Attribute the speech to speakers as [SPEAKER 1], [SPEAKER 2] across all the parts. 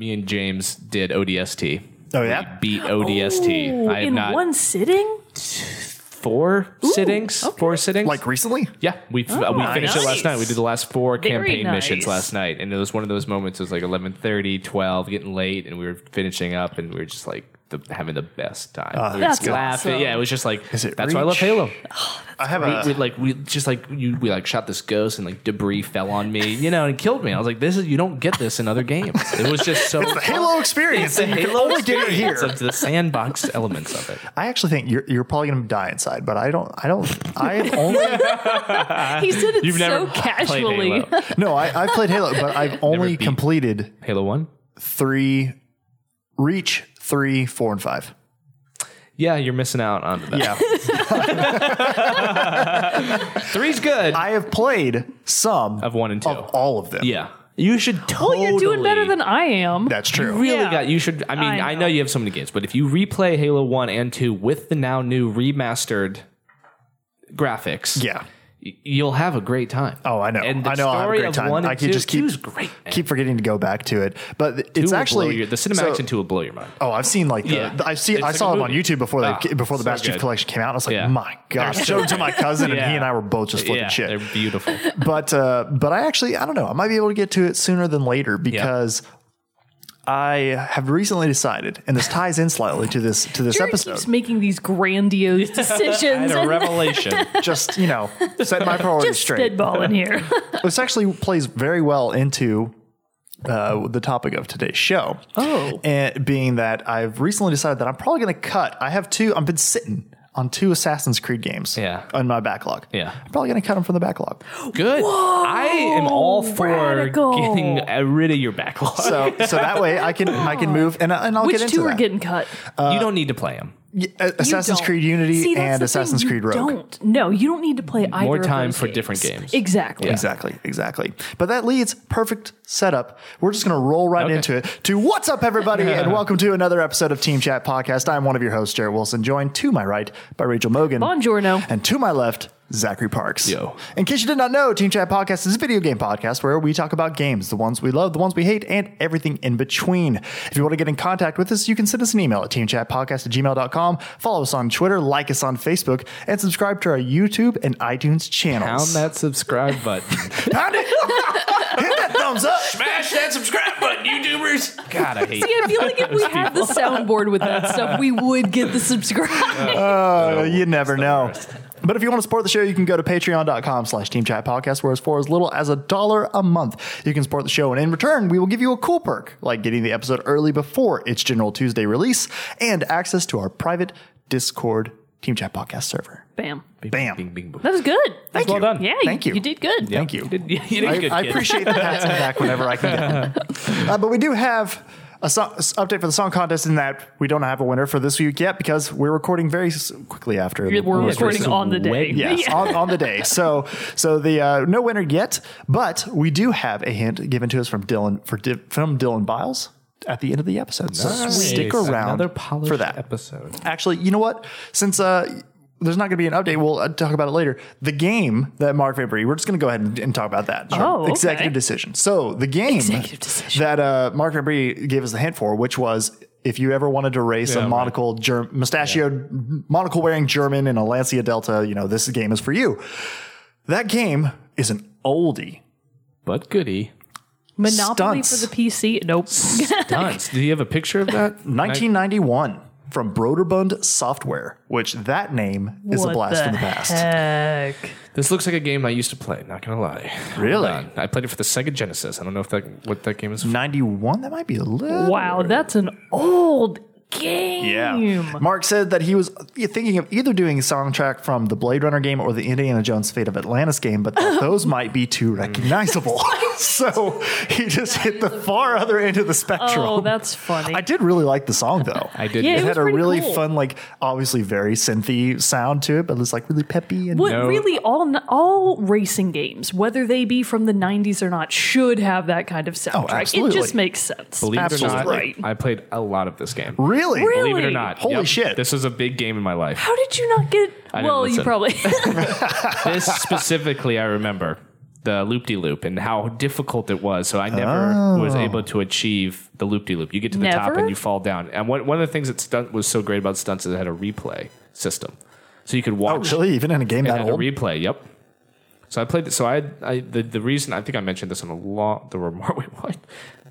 [SPEAKER 1] and James did ODST.
[SPEAKER 2] Oh yeah.
[SPEAKER 1] Beat ODST. I have
[SPEAKER 3] Oh, in
[SPEAKER 1] not
[SPEAKER 3] one sitting?
[SPEAKER 1] four sittings.
[SPEAKER 3] okay. Oh,
[SPEAKER 1] Four sittings.
[SPEAKER 2] Like recently?
[SPEAKER 1] yeah, we uh, we finished it last
[SPEAKER 3] nice.
[SPEAKER 1] night. We did the last four
[SPEAKER 3] Very
[SPEAKER 1] campaign
[SPEAKER 3] nice.
[SPEAKER 1] missions last night, and it was one of those moments. It was like 11:30, 12, getting late, and we were finishing up, and we were just like the, having the best time. we were
[SPEAKER 3] That's
[SPEAKER 1] just laughing.
[SPEAKER 3] awesome.
[SPEAKER 1] Yeah, it was just like that's
[SPEAKER 2] Uh, Is it
[SPEAKER 1] why I love
[SPEAKER 2] Reach? Uh.
[SPEAKER 1] Halo.
[SPEAKER 2] I have
[SPEAKER 1] we, we
[SPEAKER 2] a.
[SPEAKER 1] like we just like you, we like shot this ghost and like debris fell on me, you know, and it killed me. I was like, this is you don't get this in other games. It was just so
[SPEAKER 2] The Halo experience.
[SPEAKER 1] the Halo
[SPEAKER 2] only get it
[SPEAKER 1] experience
[SPEAKER 2] here.
[SPEAKER 1] of the sandbox elements of it.
[SPEAKER 2] I actually think you're, you're probably going to die inside, but I don't. I don't. I've only
[SPEAKER 3] He said it
[SPEAKER 1] You've never
[SPEAKER 3] so
[SPEAKER 1] played
[SPEAKER 3] casually.
[SPEAKER 1] Halo.
[SPEAKER 2] no. I, I've played Halo, but I've only
[SPEAKER 1] beat.
[SPEAKER 2] completed
[SPEAKER 1] Halo One.
[SPEAKER 2] three, Reach three, four, and five.
[SPEAKER 1] Yeah, you're missing out on that.
[SPEAKER 2] Yeah,
[SPEAKER 1] Three's good.
[SPEAKER 2] I have played some
[SPEAKER 1] Of one and two.
[SPEAKER 2] of all of them.
[SPEAKER 1] yeah, you should
[SPEAKER 3] Well,
[SPEAKER 1] totally.
[SPEAKER 3] Oh, you're doing better than I am.
[SPEAKER 2] that's true.
[SPEAKER 1] Really
[SPEAKER 3] Yeah.
[SPEAKER 1] got you should. I mean, I know.
[SPEAKER 3] I know.
[SPEAKER 1] you have so many games, but if you replay Halo One and Two with the now new remastered graphics,
[SPEAKER 2] Yeah.
[SPEAKER 1] y- you'll have a great time.
[SPEAKER 2] Oh, I know.
[SPEAKER 1] And the
[SPEAKER 2] I know. I'll have a
[SPEAKER 1] story
[SPEAKER 2] great
[SPEAKER 1] of
[SPEAKER 2] time.
[SPEAKER 1] one and
[SPEAKER 2] I can
[SPEAKER 1] two,
[SPEAKER 2] just keep-
[SPEAKER 1] two is great. man.
[SPEAKER 2] Keep forgetting to go back to it, but th-
[SPEAKER 1] Two
[SPEAKER 2] it's
[SPEAKER 1] will
[SPEAKER 2] actually
[SPEAKER 1] blow your, the cinematics
[SPEAKER 2] so-
[SPEAKER 1] and two will blow your mind.
[SPEAKER 2] Oh, I've seen like the,
[SPEAKER 1] Yeah.
[SPEAKER 2] the- I've seen
[SPEAKER 1] It's
[SPEAKER 2] I
[SPEAKER 1] like
[SPEAKER 2] saw
[SPEAKER 1] a
[SPEAKER 2] them on
[SPEAKER 1] movie.
[SPEAKER 2] YouTube before they
[SPEAKER 1] Ah,
[SPEAKER 2] before the
[SPEAKER 1] so
[SPEAKER 2] Master Chief
[SPEAKER 1] good.
[SPEAKER 2] Collection came out. I was like,
[SPEAKER 1] Yeah.
[SPEAKER 2] my gosh! Showed it to my cousin, and he
[SPEAKER 1] Yeah.
[SPEAKER 2] and I were both just flipping
[SPEAKER 1] yeah,
[SPEAKER 2] shit.
[SPEAKER 1] they're beautiful.
[SPEAKER 2] But uh, but I actually I don't know. I might be able to get to it sooner than later because. I have recently decided, and this ties in slightly to this to this
[SPEAKER 3] Jared keeps
[SPEAKER 2] episode.
[SPEAKER 3] making these grandiose decisions
[SPEAKER 1] a
[SPEAKER 3] and
[SPEAKER 1] revelation.
[SPEAKER 2] Just you know, set my priorities
[SPEAKER 3] just
[SPEAKER 2] straight.
[SPEAKER 3] spitballing here.
[SPEAKER 2] This actually plays very well into uh, the topic of today's show.
[SPEAKER 3] Oh.
[SPEAKER 2] and being that I've recently decided that I'm probably going to cut. I have two. I've been sitting on two Assassin's Creed games.
[SPEAKER 1] Yeah.
[SPEAKER 2] on my backlog.
[SPEAKER 1] Yeah.
[SPEAKER 2] I'm probably going to cut them from the backlog.
[SPEAKER 1] Good. I am all for
[SPEAKER 3] radical.
[SPEAKER 1] getting uh, rid of your backlog.
[SPEAKER 2] So so that way I can I can move and, I- and I'll
[SPEAKER 3] Which
[SPEAKER 2] get into
[SPEAKER 3] two are
[SPEAKER 2] that.
[SPEAKER 3] getting cut?
[SPEAKER 2] uh,
[SPEAKER 1] you don't need to play them.
[SPEAKER 2] Y- uh,
[SPEAKER 3] You
[SPEAKER 2] Assassin's
[SPEAKER 3] don't.
[SPEAKER 2] Creed Unity
[SPEAKER 3] See, that's
[SPEAKER 2] and
[SPEAKER 3] the
[SPEAKER 2] Assassin's
[SPEAKER 3] thing,
[SPEAKER 2] Creed
[SPEAKER 3] you
[SPEAKER 2] Rogue.
[SPEAKER 3] Don't. No, you don't need to play either.
[SPEAKER 1] More
[SPEAKER 3] of
[SPEAKER 1] time
[SPEAKER 3] those
[SPEAKER 1] for different games.
[SPEAKER 3] Exactly.
[SPEAKER 2] Exactly, exactly. But that leads perfect setup. We're just going to roll right
[SPEAKER 1] Okay.
[SPEAKER 2] into it. To what's up, everybody, and welcome to another episode of Team Chat Podcast. I'm one of your hosts, Jared Wilson, joined to my right by Rachel Mogan.
[SPEAKER 3] Buongiorno.
[SPEAKER 2] And to my left, Zachary Parks.
[SPEAKER 1] Yo.
[SPEAKER 2] In case you did not know, Team Chat Podcast is a video game podcast where we talk about games, the ones we love, the ones we hate, and everything in between. If you want to get in contact with us, you can send us an email at teamchatpodcast at gmail.com, follow us on Twitter, like us on Facebook, and subscribe to our YouTube and iTunes
[SPEAKER 1] Pound
[SPEAKER 2] channels.
[SPEAKER 1] that subscribe button.
[SPEAKER 2] Pound it. Hit that thumbs up.
[SPEAKER 1] Smash that subscribe button, YouTubers. God, I hate
[SPEAKER 3] See, I feel like if we had the soundboard with that stuff, we would get the subscribe.
[SPEAKER 2] Uh, you never know. But if you want to support the show, you can go to patreon.com slash team chat podcast, where as for as little as a dollar a month, you can support the show. And in return, we will give you a cool perk, like getting the episode early before its general Tuesday release and access to our private Discord team chat podcast server.
[SPEAKER 3] Bam.
[SPEAKER 2] Bam.
[SPEAKER 1] Bing, bing, boom.
[SPEAKER 3] That was good.
[SPEAKER 2] Thank
[SPEAKER 1] well
[SPEAKER 2] you.
[SPEAKER 1] done.
[SPEAKER 3] Yeah,
[SPEAKER 2] Thank you.
[SPEAKER 3] You did good.
[SPEAKER 2] Thank you.
[SPEAKER 1] You did
[SPEAKER 2] I,
[SPEAKER 1] good,
[SPEAKER 2] I
[SPEAKER 1] kid.
[SPEAKER 2] appreciate the pats on the back whenever I can get them. Uh, but we do have a so- s- update for the song contest in that we don't have a winner for this week yet because we're recording very s- quickly after. the-
[SPEAKER 3] We're
[SPEAKER 1] Yeah,
[SPEAKER 3] recording
[SPEAKER 1] this is
[SPEAKER 3] on the
[SPEAKER 1] way-
[SPEAKER 3] day.
[SPEAKER 2] Yes,
[SPEAKER 3] Yeah.
[SPEAKER 2] on, on the day. So, so the uh, no winner yet, but we do have a hint given to us from Dylan for Di- from Dylan Biles at the end of the episode. So
[SPEAKER 1] Nice.
[SPEAKER 2] stick around
[SPEAKER 1] Another polished
[SPEAKER 2] for that.
[SPEAKER 1] episode.
[SPEAKER 2] Actually, you know what? Since uh, there's not going to be an update, we'll uh, talk about it later. The game that Mark Fabry, we're just going to go ahead and, and talk about that.
[SPEAKER 3] Oh, okay.
[SPEAKER 2] executive decision. So the game
[SPEAKER 3] Executive decision.
[SPEAKER 2] that uh, Mark Fabry gave us the hint for, which was if you ever wanted to race
[SPEAKER 1] Yeah,
[SPEAKER 2] a
[SPEAKER 1] right.
[SPEAKER 2] monocle, Germ- mustachioed, monocle wearing German in a Lancia Delta, you know this game is for you. That game is an oldie.
[SPEAKER 1] But goody.
[SPEAKER 3] Monopoly
[SPEAKER 2] Stunts.
[SPEAKER 3] for the PC. Nope.
[SPEAKER 1] Dunce. Do you have a picture of that?
[SPEAKER 2] 1991 from Broderbund Software, which that name is a
[SPEAKER 3] What
[SPEAKER 2] blast
[SPEAKER 3] the
[SPEAKER 2] from the past.
[SPEAKER 3] Heck.
[SPEAKER 1] This looks like a game I used to play. Not gonna lie. Hold
[SPEAKER 2] Really?
[SPEAKER 1] on. I played it for the Sega Genesis. I don't know if that what that game is. For.
[SPEAKER 2] 91? That might be a little.
[SPEAKER 3] Wow, that's an old game.
[SPEAKER 2] Yeah. Mark said that he was thinking of either doing a soundtrack from the Blade Runner game or the Indiana Jones Fate of Atlantis game, but thought those might be too recognizable. so he just hit the far other end of the spectrum.
[SPEAKER 3] Oh, that's funny.
[SPEAKER 2] I did really like the song though.
[SPEAKER 1] I did.
[SPEAKER 3] Yeah,
[SPEAKER 2] It,
[SPEAKER 3] It
[SPEAKER 2] had
[SPEAKER 3] was
[SPEAKER 2] a
[SPEAKER 3] pretty
[SPEAKER 2] really
[SPEAKER 3] cool.
[SPEAKER 2] fun, like obviously very synthy sound to it, but it was like really peppy and
[SPEAKER 3] What
[SPEAKER 1] No.
[SPEAKER 3] really all all racing games, whether they be from the '90s or not, should have that kind of soundtrack. it
[SPEAKER 2] Oh, absolutely.
[SPEAKER 3] just makes sense.
[SPEAKER 1] Believe
[SPEAKER 2] Absolutely.
[SPEAKER 1] it or not,
[SPEAKER 2] Right.
[SPEAKER 1] I played a lot of this game.
[SPEAKER 2] really,
[SPEAKER 3] Really?
[SPEAKER 1] Believe it or not.
[SPEAKER 2] Holy
[SPEAKER 1] Yep.
[SPEAKER 2] shit.
[SPEAKER 1] This was a big game in my life.
[SPEAKER 3] How did you not get?
[SPEAKER 1] didn't
[SPEAKER 3] well, you
[SPEAKER 1] listen.
[SPEAKER 3] probably.
[SPEAKER 1] This specifically, I remember. the loop de loop and how difficult it was. So I never
[SPEAKER 2] Oh.
[SPEAKER 1] was able to achieve the loop de loop. You get to the top
[SPEAKER 3] Never?
[SPEAKER 1] and you fall down. And one, one of the things that stunt was so great about stunts is it had a replay system, so you could
[SPEAKER 2] Oh,
[SPEAKER 1] watch
[SPEAKER 2] really? Even in a game that
[SPEAKER 1] and had
[SPEAKER 2] old?
[SPEAKER 1] a replay. Yep. So I played. So I, I the, the reason I think I mentioned this on a lot the remar- wait, what?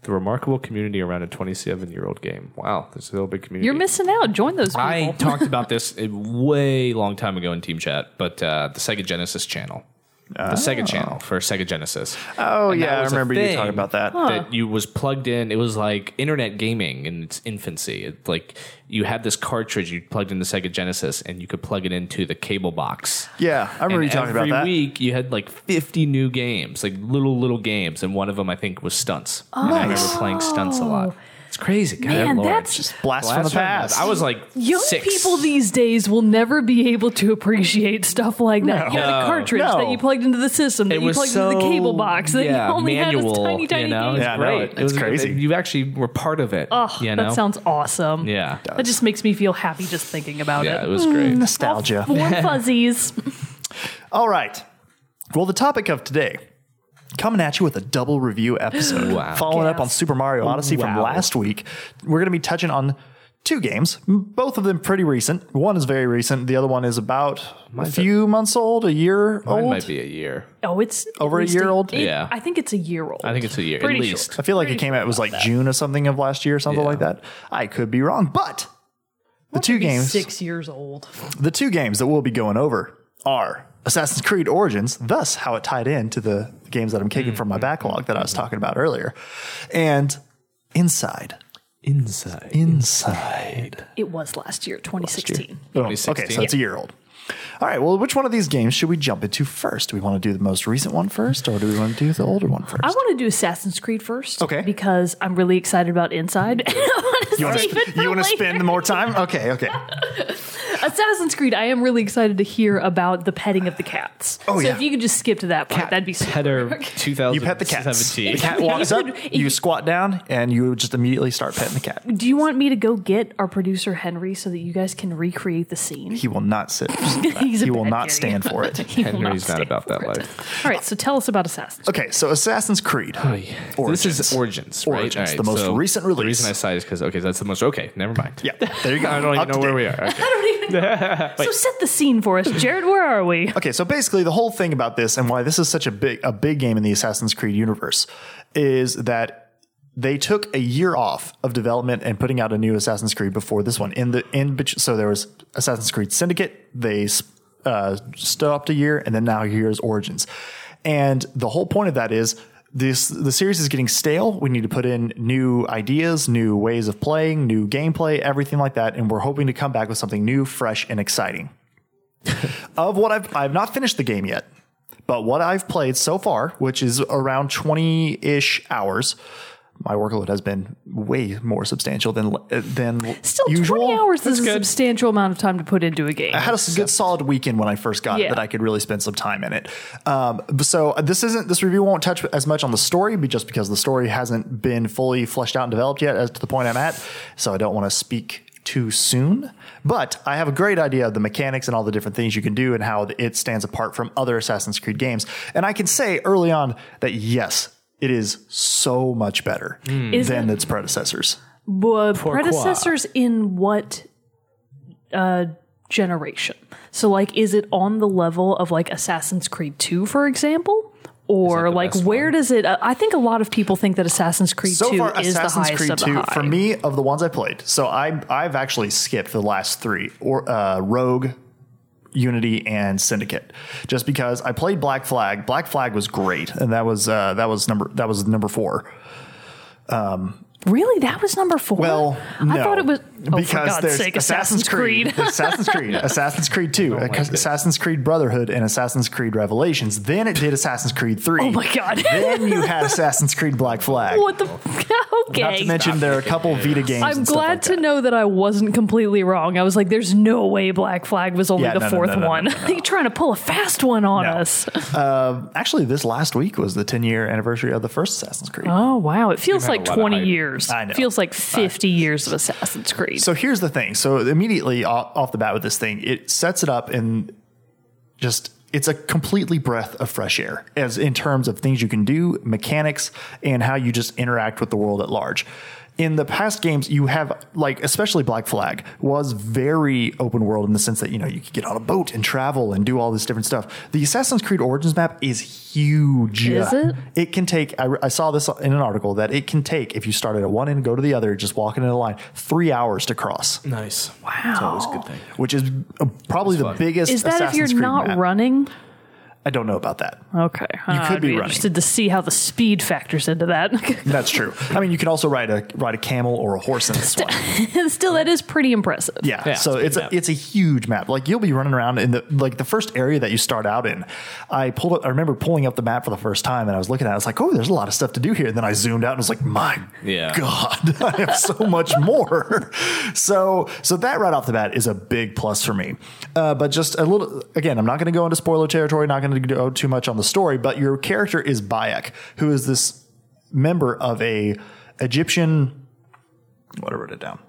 [SPEAKER 1] the remarkable community around a 27 year old game. Wow, there's a little big community.
[SPEAKER 3] You're missing out. Join those people.
[SPEAKER 1] I talked about this a way long time ago in Team Chat, but uh, the Sega Genesis channel, the Sega channel for Sega Genesis.
[SPEAKER 2] oh,
[SPEAKER 1] And that
[SPEAKER 2] yeah. I
[SPEAKER 1] was a
[SPEAKER 2] remember you
[SPEAKER 1] thing
[SPEAKER 2] talking about that.
[SPEAKER 1] That you was plugged in. It was like internet gaming in its infancy. It, like you had this cartridge you plugged into Sega Genesis, and you could plug it into the cable box.
[SPEAKER 2] Yeah, I remember
[SPEAKER 1] And
[SPEAKER 2] you talking about
[SPEAKER 1] every
[SPEAKER 2] that.
[SPEAKER 1] week you had like 50 new games, like little little games, and one of them I think was stunts. And I
[SPEAKER 2] Oh.
[SPEAKER 1] remember playing stunts a lot. It's crazy, God,
[SPEAKER 3] Man,
[SPEAKER 1] Lord.
[SPEAKER 3] that's just
[SPEAKER 2] Blast, from the past.
[SPEAKER 1] I was like
[SPEAKER 3] Young
[SPEAKER 1] six.
[SPEAKER 3] people these days will never be able to appreciate stuff like that. You had a
[SPEAKER 1] No.
[SPEAKER 3] cartridge
[SPEAKER 2] No.
[SPEAKER 3] that you plugged into the system, that
[SPEAKER 1] It
[SPEAKER 3] you
[SPEAKER 1] was
[SPEAKER 3] plugged
[SPEAKER 1] so
[SPEAKER 3] into the cable box, that
[SPEAKER 1] yeah,
[SPEAKER 3] you only
[SPEAKER 1] manual,
[SPEAKER 3] had this tiny, tiny
[SPEAKER 1] you know?
[SPEAKER 3] game.
[SPEAKER 1] It's
[SPEAKER 2] Yeah, I know.
[SPEAKER 1] great.
[SPEAKER 2] It's
[SPEAKER 1] it was
[SPEAKER 2] crazy.
[SPEAKER 1] You actually were part of it.
[SPEAKER 3] Oh,
[SPEAKER 1] you know?
[SPEAKER 3] that sounds awesome.
[SPEAKER 1] Yeah. It
[SPEAKER 3] That just makes me feel happy just thinking about
[SPEAKER 1] yeah, it
[SPEAKER 3] it.
[SPEAKER 1] was great.
[SPEAKER 2] Nostalgia.
[SPEAKER 3] Warm fuzzies.
[SPEAKER 2] All right. Well, the topic of today coming at you with a double review episode.
[SPEAKER 1] Wow.
[SPEAKER 2] Following up
[SPEAKER 3] Gas.
[SPEAKER 2] on Super Mario Odyssey from
[SPEAKER 1] Wow.
[SPEAKER 2] last week, we're going to be touching on two games, m- both of them pretty recent. One is very recent, the other one is about a
[SPEAKER 1] Mine's a-
[SPEAKER 2] few months old, a year
[SPEAKER 1] Mine
[SPEAKER 2] old.
[SPEAKER 1] might be a year.
[SPEAKER 3] Oh, it's at
[SPEAKER 2] Over a
[SPEAKER 3] least
[SPEAKER 2] year old?
[SPEAKER 3] it-
[SPEAKER 1] Yeah.
[SPEAKER 3] I think it's a year old.
[SPEAKER 1] I think it's a year,
[SPEAKER 3] Pretty
[SPEAKER 1] at least.
[SPEAKER 2] I feel like it came out it was like June or something of last year, something
[SPEAKER 1] Yeah.
[SPEAKER 2] like that. I could be wrong, but the two games
[SPEAKER 3] Six years old.
[SPEAKER 2] The two games that we'll be going over are Assassin's Creed Origins, thus how it tied in to the games that I'm kicking from my backlog that I was talking about earlier, and Inside.
[SPEAKER 1] Inside.
[SPEAKER 2] Inside.
[SPEAKER 3] It was last year, 2016.
[SPEAKER 2] Oh, okay, so
[SPEAKER 1] 2016.
[SPEAKER 2] it's a year old. All right, well, which one of these games should we jump into first? Do we want to do the most recent one first, or do we want to do the older one first?
[SPEAKER 3] I want to do Assassin's Creed first.
[SPEAKER 2] Okay.
[SPEAKER 3] Because I'm really excited about Inside.
[SPEAKER 2] you wanna-
[SPEAKER 3] save it for
[SPEAKER 2] you wanna
[SPEAKER 3] later.
[SPEAKER 2] spend the more time? Okay, okay.
[SPEAKER 3] Assassin's Creed, I am really excited to hear about the petting of the cats.
[SPEAKER 2] Oh,
[SPEAKER 3] so
[SPEAKER 2] yeah.
[SPEAKER 3] if you could just skip to that part, that'd be super.
[SPEAKER 1] Petter 2017.
[SPEAKER 2] You pet the cat. The cat walks up, you squat down, and you just immediately start petting the cat.
[SPEAKER 3] Do you want me to go get our producer Henry so that you guys can recreate the scene?
[SPEAKER 2] He will not sit.
[SPEAKER 3] He's a
[SPEAKER 2] he will
[SPEAKER 3] bad
[SPEAKER 2] not
[SPEAKER 3] kitty.
[SPEAKER 2] stand for it.
[SPEAKER 3] He will
[SPEAKER 1] Henry's not
[SPEAKER 3] stand
[SPEAKER 1] about that
[SPEAKER 3] for it.
[SPEAKER 1] life.
[SPEAKER 3] All right, so tell us about Assassin's.
[SPEAKER 2] Okay, so Assassin's Creed.
[SPEAKER 1] This is Origins. Right?
[SPEAKER 2] Origins,
[SPEAKER 1] All
[SPEAKER 2] the most recent release.
[SPEAKER 1] The reason I cited is because, okay, that's the most. Okay, never mind.
[SPEAKER 2] Yeah, there you go.
[SPEAKER 1] I don't even
[SPEAKER 2] Up to
[SPEAKER 1] know where
[SPEAKER 2] date.
[SPEAKER 1] we are. Okay.
[SPEAKER 3] Creed. So set the scene for us, Jared. Where are we?
[SPEAKER 2] Okay, so basically the whole thing about this and why this is such a big a big game in the Assassin's Creed universe is that they took a year off of development and putting out a new Assassin's Creed before this one. In the in bet- so there was Assassin's Creed Syndicate. They uh, stopped a year, and then now here's Origins. And the whole point of that is this: the series is getting stale. We need to put in new ideas, new ways of playing, new gameplay, everything like that. And we're hoping to come back with something new, fresh, and exciting of what I've I've not finished the game yet, but what I've played so far, which is around twenty ish hours, my workload has been way more substantial than uh, than
[SPEAKER 3] Still,
[SPEAKER 2] usual.
[SPEAKER 3] 20 hours is a
[SPEAKER 1] good.
[SPEAKER 3] substantial amount of time to put into a game.
[SPEAKER 2] I had a s- good solid weekend when I first got it
[SPEAKER 3] Yeah.
[SPEAKER 2] that I could really spend some time in it. Um, so this isn't this review won't touch as much on the story, but just because the story hasn't been fully fleshed out and developed yet as to the point I'm at, so I don't want to speak too soon. But I have a great idea of the mechanics and all the different things you can do and how it stands apart from other Assassin's Creed games. And I can say early on that yes, it is so much better
[SPEAKER 3] Is
[SPEAKER 2] than its predecessors.
[SPEAKER 3] Well, uh, predecessors in what uh, generation? So, like, is it on the level of like Assassin's Creed Two, for example? Or like,
[SPEAKER 1] best
[SPEAKER 3] where does it? uh, I think a lot of people think that Assassin's Creed
[SPEAKER 2] so
[SPEAKER 3] Two
[SPEAKER 2] far
[SPEAKER 3] is the
[SPEAKER 2] Assassin's
[SPEAKER 3] highest
[SPEAKER 2] Creed
[SPEAKER 3] of the
[SPEAKER 2] 2
[SPEAKER 3] high.
[SPEAKER 2] for me of the ones I played. So I I've actually skipped the last 3 or uh, Rogue Unity and Syndicate, just because I played Black Flag. Black Flag was great, and that was uh, that was number that was number four.
[SPEAKER 3] really, that was number four.
[SPEAKER 2] Well, no,
[SPEAKER 3] I thought it was oh,
[SPEAKER 2] because
[SPEAKER 3] for God's
[SPEAKER 2] there's
[SPEAKER 3] sake, Assassin's Creed. Oh
[SPEAKER 2] there's Assassin's Creed, Assassin's Creed Two, Assassin's Creed Brotherhood, and Assassin's Creed Revelations. Then it did Assassin's Creed Three.
[SPEAKER 3] oh my God!
[SPEAKER 2] Then you had Assassin's Creed Black Flag.
[SPEAKER 3] what the?
[SPEAKER 2] Not to
[SPEAKER 3] okay.
[SPEAKER 2] mention there are a couple Vita games.
[SPEAKER 3] I'm
[SPEAKER 2] and stuff
[SPEAKER 3] glad
[SPEAKER 2] like
[SPEAKER 3] to
[SPEAKER 2] that.
[SPEAKER 3] know that I wasn't completely wrong. I was like, "There's no way Black Flag was only
[SPEAKER 2] Yeah,
[SPEAKER 3] the
[SPEAKER 2] no, no, no,
[SPEAKER 3] fourth
[SPEAKER 2] no, no,
[SPEAKER 3] one."
[SPEAKER 2] no,
[SPEAKER 3] You're trying to pull a fast one on
[SPEAKER 2] No.
[SPEAKER 3] us.
[SPEAKER 2] Actually, this last week was the 10 year anniversary of the first Assassin's Creed.
[SPEAKER 3] Oh wow! It feels
[SPEAKER 1] had
[SPEAKER 3] like
[SPEAKER 1] a lot of
[SPEAKER 3] twenty
[SPEAKER 1] hype.
[SPEAKER 3] years.
[SPEAKER 2] I know.
[SPEAKER 3] Feels like fifty years of Assassin's Creed.
[SPEAKER 2] So here's the thing. So immediately off, off the bat with this thing, it sets it up and just it's a completely breath of fresh air as in terms of things you can do, mechanics, and how you just interact with the world at large. In the past games, you have like especially Black Flag was very open world in the sense that you know you could get on a boat and travel and do all this different stuff. The Assassin's Creed Origins map is huge.
[SPEAKER 3] Is it?
[SPEAKER 2] It can take. I, I saw this in an article that it can take if you started at one end and go to the other, just walking in a line, three hours to cross,
[SPEAKER 1] Nice. Wow.
[SPEAKER 3] Wow.
[SPEAKER 1] Always a good thing.
[SPEAKER 2] which is uh, probably the
[SPEAKER 1] fun.
[SPEAKER 2] biggest.
[SPEAKER 3] Is that if
[SPEAKER 2] Assassin's
[SPEAKER 3] you're
[SPEAKER 2] Creed
[SPEAKER 3] not
[SPEAKER 2] map.
[SPEAKER 3] running?
[SPEAKER 2] I don't know about that.
[SPEAKER 3] Okay. You
[SPEAKER 2] could
[SPEAKER 3] I'd
[SPEAKER 2] be
[SPEAKER 3] be,
[SPEAKER 2] running.
[SPEAKER 3] interested to see how the speed factors into that.
[SPEAKER 2] That's true. I mean, you can also ride a ride a camel or a horse in this one.
[SPEAKER 3] Still, that is pretty impressive.
[SPEAKER 2] Yeah.
[SPEAKER 4] Yeah,
[SPEAKER 2] so
[SPEAKER 4] it's a
[SPEAKER 2] it's a,
[SPEAKER 4] big map.
[SPEAKER 2] it's a huge map. Like you'll be running around in the like the first area that you start out in. I pulled up. I remember pulling up the map for the first time, and I was looking at. it. I was like, oh, there's a lot of stuff to do here. And then I zoomed out and was like, my
[SPEAKER 1] Yeah.
[SPEAKER 2] god, I have so much more. So so that right off the bat is a big plus for me. Uh, but just a little again, I'm not going to go into spoiler territory. Not going to go too much on the story. But your character is Bayek, who is this member of a Egyptian. What I wrote it down.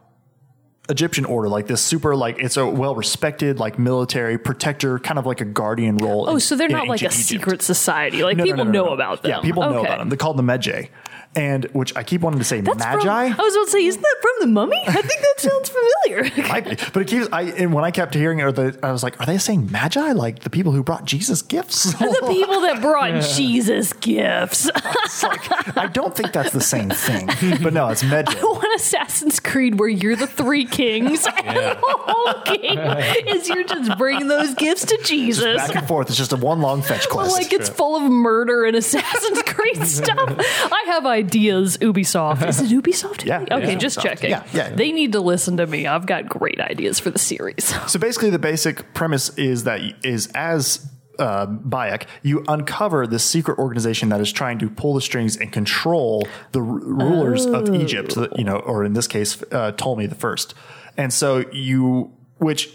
[SPEAKER 2] Egyptian order, like this super, like it's a well respected, like military protector, kind of like a guardian role.
[SPEAKER 3] Oh, so they're not like a
[SPEAKER 2] secret.
[SPEAKER 3] secret society. Like people know about them.
[SPEAKER 2] Yeah, people know
[SPEAKER 3] Okay.
[SPEAKER 2] about them. They're called the Medjay, and which I keep wanting to say
[SPEAKER 3] That's from-
[SPEAKER 2] Magi.
[SPEAKER 3] I was about to say, isn't that from the Mummy? I think that sounds familiar.
[SPEAKER 2] Might be. But it keeps. I and when I kept hearing it, or the, I was like, "Are they saying magi? Like the people who brought Jesus gifts?"
[SPEAKER 3] the people that brought Jesus gifts.
[SPEAKER 2] It's like, I don't think that's the same thing. But no, it's Medjay.
[SPEAKER 3] One Assassin's Creed where you're the three kings and the whole game is you're just bringing those gifts to Jesus.
[SPEAKER 2] Back and forth. It's just a one long fetch quest.
[SPEAKER 3] like it's full of murder and Assassin's Creed stuff. I have ideas, Ubisoft. Is it Ubisoft?
[SPEAKER 2] Yeah,
[SPEAKER 3] Okay,
[SPEAKER 2] yeah.
[SPEAKER 3] just
[SPEAKER 2] Ubisoft.
[SPEAKER 3] checking.
[SPEAKER 2] Yeah, yeah.
[SPEAKER 3] They need to listen to me. I've got great ideas for the series.
[SPEAKER 2] So basically, the basic premise is that is as uh, Bayek, you uncover this secret organization that is trying to pull the strings and control the r- rulers of Egypt. so that, you know, or in this case, uh, Ptolemy the First. And so you, which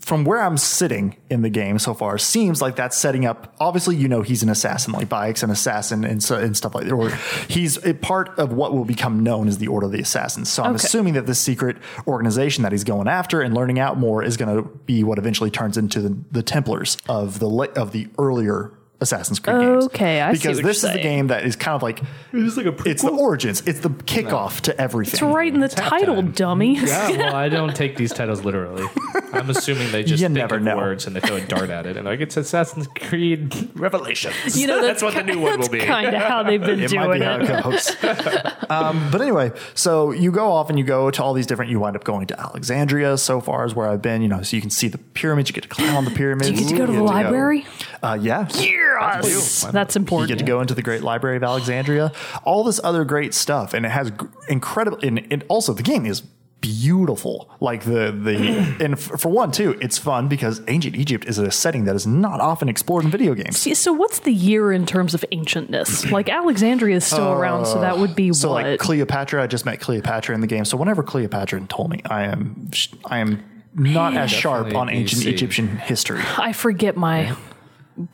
[SPEAKER 2] from where I'm sitting in the game so far, seems like that's setting up. Obviously, you know he's an assassin, like Bayek's an assassin, and so and stuff like that. Or he's a part of what will become known as the Order of the Assassins. So I'm
[SPEAKER 3] Okay.
[SPEAKER 2] assuming that this secret organization that he's going after and learning out more is going to be what eventually turns into the, the Templars of the la- of the earlier Assassin's Creed games.
[SPEAKER 3] Okay, I see
[SPEAKER 2] because this
[SPEAKER 3] what you're
[SPEAKER 2] is the
[SPEAKER 3] saying.
[SPEAKER 2] game that is kind of like it's
[SPEAKER 4] like a
[SPEAKER 2] the origins, it's the kickoff to everything.
[SPEAKER 3] It's right in the title,
[SPEAKER 4] time.
[SPEAKER 3] dummy.
[SPEAKER 4] Yeah, well, I don't take these titles literally. I'm assuming they just
[SPEAKER 2] You
[SPEAKER 4] think
[SPEAKER 2] never
[SPEAKER 4] of
[SPEAKER 2] know.
[SPEAKER 4] words and they throw a dart at it, and like it's Assassin's Creed Revelation.
[SPEAKER 3] You know,
[SPEAKER 4] that's, what the new one will be.
[SPEAKER 3] Kind of how they've been
[SPEAKER 2] It might
[SPEAKER 3] doing
[SPEAKER 2] be
[SPEAKER 3] it.
[SPEAKER 2] how it goes. um, but anyway, so you go off and you go to all these different. You wind up going to Alexandria. So far is where I've been. You know, so you can see the pyramids. You get to climb on the pyramids.
[SPEAKER 3] Do you get to go to the library?
[SPEAKER 2] Uh, yeah.
[SPEAKER 3] Yes, that's
[SPEAKER 2] You
[SPEAKER 3] important.
[SPEAKER 2] get to go into the Great Library of Alexandria, all this other great stuff, and it has gr- incredible. And, and also, the game is beautiful. Like the
[SPEAKER 3] Mm.
[SPEAKER 2] the and f- for one too, it's fun because ancient Egypt is a setting that is not often explored in video games.
[SPEAKER 3] See, So, what's the year in terms of ancientness? Like Alexandria is still around, so that would be
[SPEAKER 2] So
[SPEAKER 3] what?
[SPEAKER 2] like Cleopatra, I just met Cleopatra in the game. So whenever Cleopatra and Ptolemy, I am sh- I am not as sharp
[SPEAKER 4] Definitely
[SPEAKER 2] on ancient
[SPEAKER 4] BC.
[SPEAKER 2] Egyptian history. Uh,
[SPEAKER 3] I forget my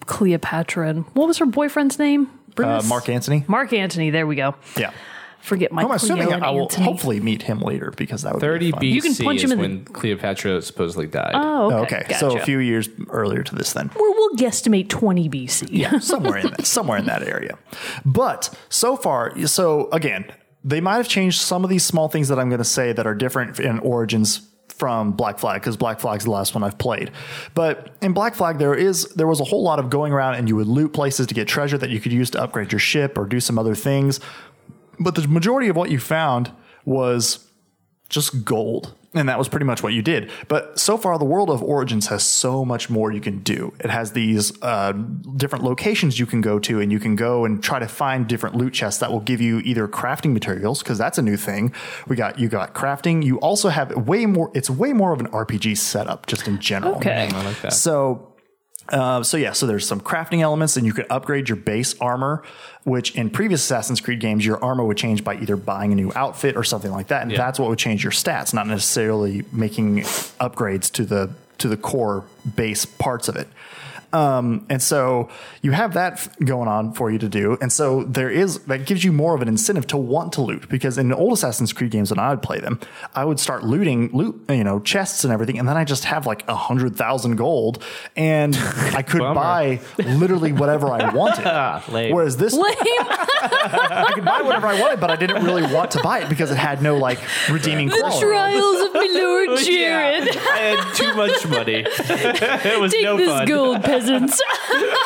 [SPEAKER 3] Cleopatra and what was her boyfriend's name?
[SPEAKER 2] Uh,
[SPEAKER 3] Brutus?
[SPEAKER 2] Mark Antony,
[SPEAKER 3] Mark Antony. There we go.
[SPEAKER 2] yeah.
[SPEAKER 3] Forget my.
[SPEAKER 2] Oh, I'm
[SPEAKER 3] Cleo
[SPEAKER 2] assuming
[SPEAKER 3] and
[SPEAKER 2] I will
[SPEAKER 3] Antony.
[SPEAKER 2] hopefully meet him later because that would be
[SPEAKER 4] Thirty
[SPEAKER 2] fun.
[SPEAKER 4] BC
[SPEAKER 3] You can punch
[SPEAKER 4] is
[SPEAKER 3] him in the-
[SPEAKER 4] when Cleopatra supposedly died.
[SPEAKER 3] Oh,
[SPEAKER 2] Oh,
[SPEAKER 3] okay.
[SPEAKER 2] okay, so a
[SPEAKER 3] gotcha.
[SPEAKER 2] few years earlier to this then.
[SPEAKER 3] We'll, we'll guesstimate 20 BC.
[SPEAKER 2] yeah, somewhere in that, somewhere in that area. But so far, so again, they might have changed some of these small things that I'm going to say that are different in Origins from Black Flag because Black Flag's the last one I've played. But in Black Flag, there is there was a whole lot of going around and you would loot places to get treasure that you could use to upgrade your ship or do some other things. But the majority of what you found was just gold. And that was pretty much what you did. But so far, the world of Origins has so much more you can do. It has these uh, different locations you can go to, and you can go and try to find different loot chests that will give you either crafting materials, because that's a new thing. We got you got crafting. You also have way more. It's way more of an RPG setup, just in general.
[SPEAKER 3] Okay.
[SPEAKER 4] I like that.
[SPEAKER 2] So, uh, so yeah, so there's some crafting elements, and you can upgrade your base armor. Which in previous Assassin's Creed games, your armor would change by either buying a new outfit or something like that, and that's what would change your stats, not necessarily making upgrades to the to the core base parts of it. Um, and so you have that f- going on for you to do. And so there is that gives you more of an incentive to want to loot because in the old Assassin's Creed games when I would play them, I would start looting loot, you know, chests and everything, and then I just have like a hundred thousand gold and I could buy literally whatever I wanted.
[SPEAKER 1] Lame.
[SPEAKER 2] Whereas this
[SPEAKER 3] Lame.
[SPEAKER 2] I could buy whatever I wanted, but I didn't really want to buy it because it had no like redeeming
[SPEAKER 3] the
[SPEAKER 2] quality.
[SPEAKER 3] trials of my Lord Jared.
[SPEAKER 1] I had too much money. it was
[SPEAKER 3] Take
[SPEAKER 1] no
[SPEAKER 3] this
[SPEAKER 1] fun.
[SPEAKER 3] gold, peasants.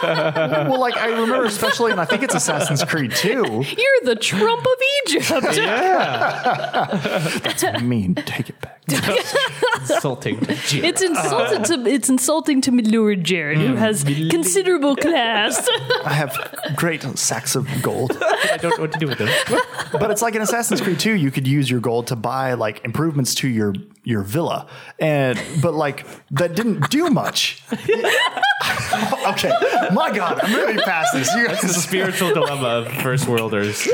[SPEAKER 2] Well, like I remember especially, and I think it's Assassin's Creed 2.
[SPEAKER 3] You're the Trump of Egypt.
[SPEAKER 2] I mean, take it back.
[SPEAKER 1] Insulting. Jared.
[SPEAKER 3] It's insulting to it's insulting to my Lord Jared,
[SPEAKER 2] Mm.
[SPEAKER 3] who has considerable class.
[SPEAKER 2] I have great sacks of gold.
[SPEAKER 1] I don't know what to do with them.
[SPEAKER 2] But it's like in Assassin's Creed 2, you could use your gold to buy like improvements to your your villa. And but like that didn't do much. okay. My God, I'm moving past this. You guys
[SPEAKER 1] Spiritual dilemma of first worlders.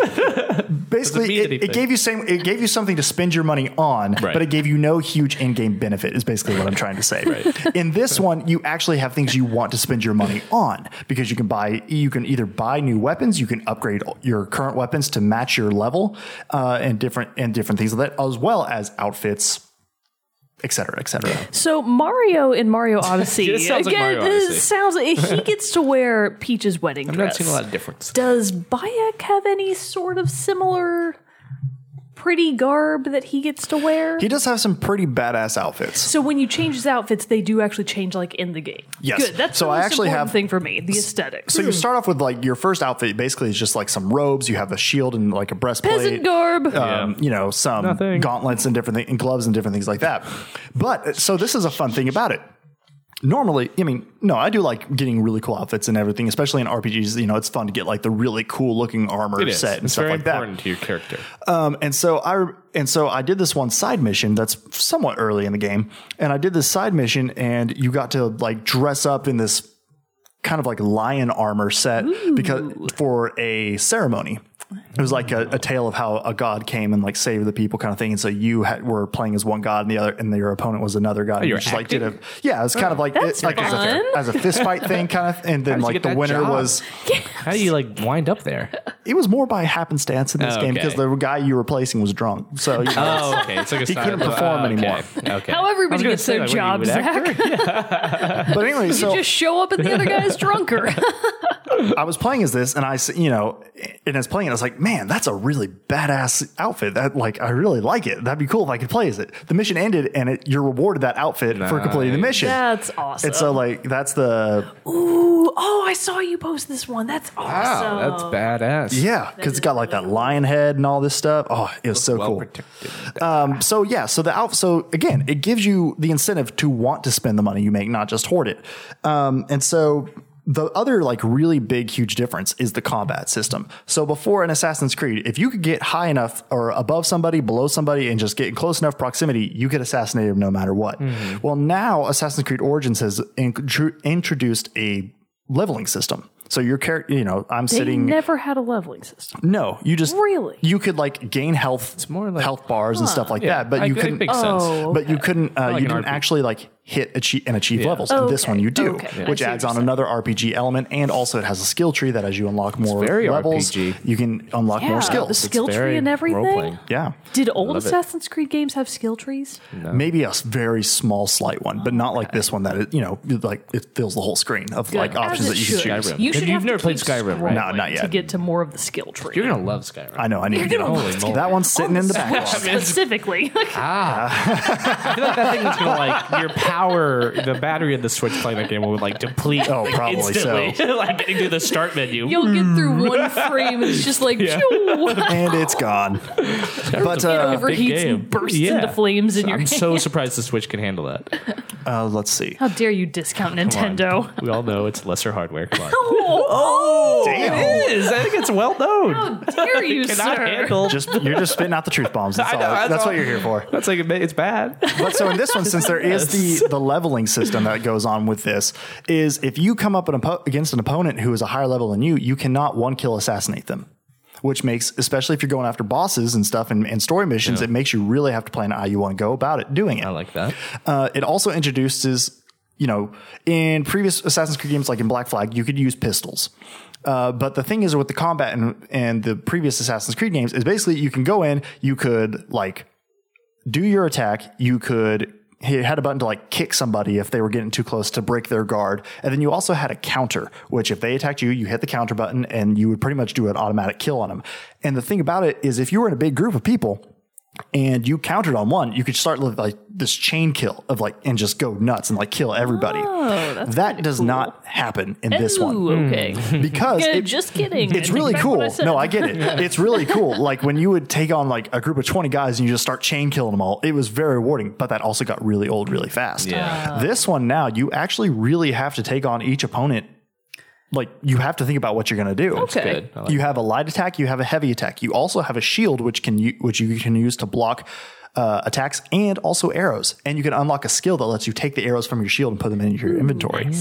[SPEAKER 2] basically
[SPEAKER 1] mean
[SPEAKER 2] it, it
[SPEAKER 1] anything.
[SPEAKER 2] gave you same it gave you something to spend your money on but it gave you no huge in-game benefit is basically what i'm trying to say in this one you actually have things you want to spend your money on because you can buy you can either buy new weapons you can upgrade your current weapons to match your level uh, and different and different things like that as well as outfits et cetera et cetera
[SPEAKER 3] So Mario in Mario Odyssey.
[SPEAKER 4] It sounds like Mario
[SPEAKER 3] it
[SPEAKER 4] Odyssey.
[SPEAKER 3] sounds- he gets to wear Peach's wedding
[SPEAKER 4] I'm
[SPEAKER 3] dress.
[SPEAKER 4] not seeing a lot of difference.
[SPEAKER 3] Does Bayek have any sort of similar pretty garb that he gets to wear?
[SPEAKER 2] he does have some pretty badass outfits
[SPEAKER 3] so when you change his outfits, they do actually change like in the game.
[SPEAKER 2] Yes.
[SPEAKER 3] Good. That's
[SPEAKER 2] So
[SPEAKER 3] the
[SPEAKER 2] I
[SPEAKER 3] most
[SPEAKER 2] actually
[SPEAKER 3] important
[SPEAKER 2] have-
[SPEAKER 3] thing for me, the aesthetic.
[SPEAKER 2] so you start off with like your first outfit basically is just like some robes you have a shield and like a breastplate
[SPEAKER 3] peasant garb.
[SPEAKER 4] uh,
[SPEAKER 2] um, you know, some
[SPEAKER 4] Nothing.
[SPEAKER 2] gauntlets and different things, and gloves and different things like that. But uh, so this is a fun thing about it. Normally, I mean, no, I do like getting really cool outfits and everything, especially in RPGs. You know, it's fun to get like the really cool looking armor
[SPEAKER 4] It is.
[SPEAKER 2] set and
[SPEAKER 4] it's
[SPEAKER 2] stuff
[SPEAKER 4] very
[SPEAKER 2] like that.
[SPEAKER 4] important to your character.
[SPEAKER 2] Um, and so I and so I did this one side mission that's somewhat early in the game, and I did this side mission, and you got to like dress up in this kind of like lion armor set because for a ceremony. It was like a, a tale of how a god came and like saved the people, kind of thing. And so you had, were playing as one god, and the other, and your opponent was another god. and
[SPEAKER 4] you were
[SPEAKER 2] just like did a yeah. It was kind of like
[SPEAKER 3] That's
[SPEAKER 2] it, like as
[SPEAKER 3] fun.
[SPEAKER 2] a, as a fist fight thing, kind of. And then
[SPEAKER 4] you
[SPEAKER 2] like
[SPEAKER 4] get
[SPEAKER 2] the
[SPEAKER 4] that
[SPEAKER 2] winner
[SPEAKER 4] job?
[SPEAKER 2] was
[SPEAKER 4] How do you like wind up there?
[SPEAKER 2] it was more by happenstance in this game
[SPEAKER 4] Okay.
[SPEAKER 2] because the guy you were placing was drunk. So you know,
[SPEAKER 4] Oh, okay. It's like a
[SPEAKER 2] He couldn't
[SPEAKER 4] side-
[SPEAKER 2] perform
[SPEAKER 4] okay.
[SPEAKER 2] anymore.
[SPEAKER 4] Okay.
[SPEAKER 3] How everybody
[SPEAKER 4] I was gonna
[SPEAKER 3] gets their
[SPEAKER 4] say, like, what are you,
[SPEAKER 3] job,
[SPEAKER 4] an actor?
[SPEAKER 2] But anyway, so
[SPEAKER 3] you just show up and the other guy's drunker.
[SPEAKER 2] I was playing as this, and I, s- you know, and as playing, it, I was like, man, that's a really badass outfit. That like, I really like it. That'd be cool if I could play as it. The mission ended, and it, you're rewarded that outfit for completing the
[SPEAKER 4] Nice.
[SPEAKER 2] mission.
[SPEAKER 3] That's awesome.
[SPEAKER 2] And so, like, that's the
[SPEAKER 3] Ooh, oh, I saw you post this one. That's awesome.
[SPEAKER 4] Wow, that's badass.
[SPEAKER 2] yeah, because it's got like that lion head and all this stuff. Oh, it was so
[SPEAKER 4] well
[SPEAKER 2] cool.
[SPEAKER 4] protected.
[SPEAKER 2] Um, so yeah, so the out, so again, it gives you the incentive to want to spend the money you make, not just hoard it. Um, and so the other like really big, huge difference is the combat system. So before in Assassin's Creed, if you could get high enough or above somebody, below somebody, and just get in close enough proximity, you could assassinate them no matter what.
[SPEAKER 4] Mm-hmm.
[SPEAKER 2] Well, now Assassin's Creed Origins has intru- introduced a leveling system. So your character, you know, I'm
[SPEAKER 3] They
[SPEAKER 2] sitting.
[SPEAKER 3] never had a leveling system.
[SPEAKER 2] No, you just
[SPEAKER 3] Really?
[SPEAKER 2] you could like gain health,
[SPEAKER 4] more like-
[SPEAKER 2] health bars and stuff like that, but
[SPEAKER 4] I-
[SPEAKER 2] you
[SPEAKER 4] it
[SPEAKER 2] couldn't.
[SPEAKER 4] makes sense.
[SPEAKER 3] Oh,
[SPEAKER 2] But you couldn't.
[SPEAKER 4] like
[SPEAKER 2] Uh, you
[SPEAKER 4] an
[SPEAKER 2] didn't
[SPEAKER 4] RPG.
[SPEAKER 2] actually like hit achieve and achieve levels. In This
[SPEAKER 3] Okay.
[SPEAKER 2] one you do,
[SPEAKER 3] Okay. Yeah.
[SPEAKER 2] which
[SPEAKER 3] I see
[SPEAKER 2] adds
[SPEAKER 3] what
[SPEAKER 2] on
[SPEAKER 3] you're
[SPEAKER 2] another RPG element, and also it has a skill tree that as you unlock more
[SPEAKER 4] very
[SPEAKER 2] levels,
[SPEAKER 4] RPG.
[SPEAKER 2] you can unlock
[SPEAKER 3] Yeah,
[SPEAKER 2] more
[SPEAKER 3] the
[SPEAKER 2] skills.
[SPEAKER 3] skill- Guilt free and everything?
[SPEAKER 4] role-playing.
[SPEAKER 2] yeah,
[SPEAKER 3] Did old
[SPEAKER 4] Love it.
[SPEAKER 3] Assassin's Creed games have skill trees?
[SPEAKER 2] maybe a s- very small, slight one, but not like this one that it, you know, it, like it fills the whole screen of like
[SPEAKER 3] As
[SPEAKER 2] options
[SPEAKER 3] it
[SPEAKER 2] that you can
[SPEAKER 3] should.
[SPEAKER 2] choose.
[SPEAKER 4] Skyrim.
[SPEAKER 3] You
[SPEAKER 4] Have
[SPEAKER 3] should
[SPEAKER 4] you-
[SPEAKER 3] have
[SPEAKER 4] you've never
[SPEAKER 3] to
[SPEAKER 4] played
[SPEAKER 3] keep
[SPEAKER 4] Skyrim, right?
[SPEAKER 2] No, not
[SPEAKER 3] To
[SPEAKER 2] yet.
[SPEAKER 3] get to more of the skill tree.
[SPEAKER 4] You're gonna love Skyrim.
[SPEAKER 2] I know. I need to get
[SPEAKER 3] gonna
[SPEAKER 2] on.
[SPEAKER 3] love
[SPEAKER 4] Holy
[SPEAKER 2] That
[SPEAKER 4] moly.
[SPEAKER 2] one's sitting in the backlog.
[SPEAKER 3] Specifically.
[SPEAKER 4] I feel like that thing is gonna like your power, the battery of the Switch playing that game will like deplete.
[SPEAKER 2] Oh, probably
[SPEAKER 4] instantly. so. like getting through the start menu.
[SPEAKER 3] You'll get
[SPEAKER 4] Hmm.
[SPEAKER 3] through one frame and it's just like, phew,
[SPEAKER 2] and it's gone. but uh,
[SPEAKER 4] big
[SPEAKER 3] overheats
[SPEAKER 4] game.
[SPEAKER 3] and bursts
[SPEAKER 4] Yeah.
[SPEAKER 3] into flames in your
[SPEAKER 4] I'm
[SPEAKER 3] hand.
[SPEAKER 4] so surprised the Switch can handle that.
[SPEAKER 2] uh, let's see.
[SPEAKER 3] How dare you discount
[SPEAKER 4] Come on.
[SPEAKER 3] Nintendo?
[SPEAKER 4] We all know it's lesser hardware. Come on.
[SPEAKER 3] Oh,
[SPEAKER 2] Damn.
[SPEAKER 4] is. I think it's well known.
[SPEAKER 3] how dare you,
[SPEAKER 4] Cannot
[SPEAKER 3] sir?
[SPEAKER 4] handle.
[SPEAKER 2] Just you're just spitting out the truth bombs. That's
[SPEAKER 4] I
[SPEAKER 2] all.
[SPEAKER 4] know,
[SPEAKER 2] that's
[SPEAKER 4] that's
[SPEAKER 2] what
[SPEAKER 4] all.
[SPEAKER 2] you're here for.
[SPEAKER 4] That's like it's bad.
[SPEAKER 2] But so in this one, since there is the the leveling system that goes on with this, is if you come up an oppo- against an opponent who is a higher level than you, you cannot one kill assassinate them. Which makes, especially if you're going after bosses and stuff and, and story missions, it makes you really have to plan how you want to go about it doing it.
[SPEAKER 4] I like that.
[SPEAKER 2] Uh, it also introduces you know, in previous Assassin's Creed games, like in Black Flag, you could use pistols. Uh, but the thing is with the combat and, and the previous Assassin's Creed games is basically you can go in, you could like do your attack, you could he had a button to like kick somebody if they were getting too close to break their guard. And then you also had a counter, which if they attacked you, you hit the counter button and you would pretty much do an automatic kill on them. And the thing about it is if you were in a big group of people, and you countered on one, you could start with like this chain kill of like and just go nuts and like kill everybody. that does not happen in this
[SPEAKER 3] Ooh,
[SPEAKER 2] one
[SPEAKER 4] Hmm.
[SPEAKER 3] okay.
[SPEAKER 2] because
[SPEAKER 3] Good,
[SPEAKER 2] it-
[SPEAKER 3] just kidding.
[SPEAKER 2] it's
[SPEAKER 3] I take
[SPEAKER 2] really
[SPEAKER 3] back
[SPEAKER 2] cool.
[SPEAKER 3] what I said.
[SPEAKER 2] no, I get it. It's really cool. Like when you would take on like a group of 20 guys and you just start chain killing them all, it was very rewarding, but that also got really old really fast.
[SPEAKER 3] Ah.
[SPEAKER 1] Yeah.
[SPEAKER 2] This one now, you actually really have to take on each opponent. Like you have to think about what you're going to do
[SPEAKER 3] Okay.
[SPEAKER 1] Good. I like
[SPEAKER 2] you have a light attack, you have a heavy attack. You also have a shield, which can u- which you can use to block uh, attacks and also arrows. And you can unlock a skill that lets you take the arrows from your shield and put them in your inventory.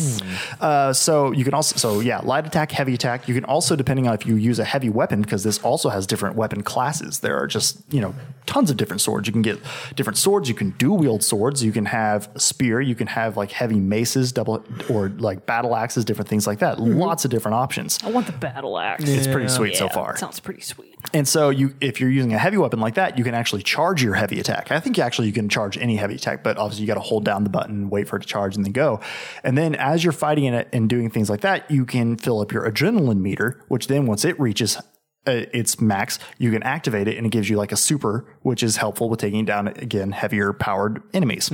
[SPEAKER 2] Uh, so you can also so yeah, light attack, heavy attack. You can also depending on if you use a heavy weapon because this also has different weapon classes. There are just you know tons of different swords. You can get different swords. You can dual wield swords. You can have a spear. You can have like heavy maces, double or like battle axes, different things like that.
[SPEAKER 1] Mm-hmm.
[SPEAKER 2] Lots of different options.
[SPEAKER 3] I want the battle axe.
[SPEAKER 2] It's pretty sweet so
[SPEAKER 3] Yeah,
[SPEAKER 2] far.
[SPEAKER 3] that Sounds pretty sweet.
[SPEAKER 2] And so you if you're using a heavy weapon like that, you can actually charge your heavy attack. I think actually you can charge any heavy attack, but obviously you got to hold down the button, wait for it to charge and then go. And then as you're fighting in it and doing things like that, you can fill up your adrenaline meter, which then once it reaches uh, its max, you can activate it and it gives you like a super, which is helpful with taking down again heavier powered enemies.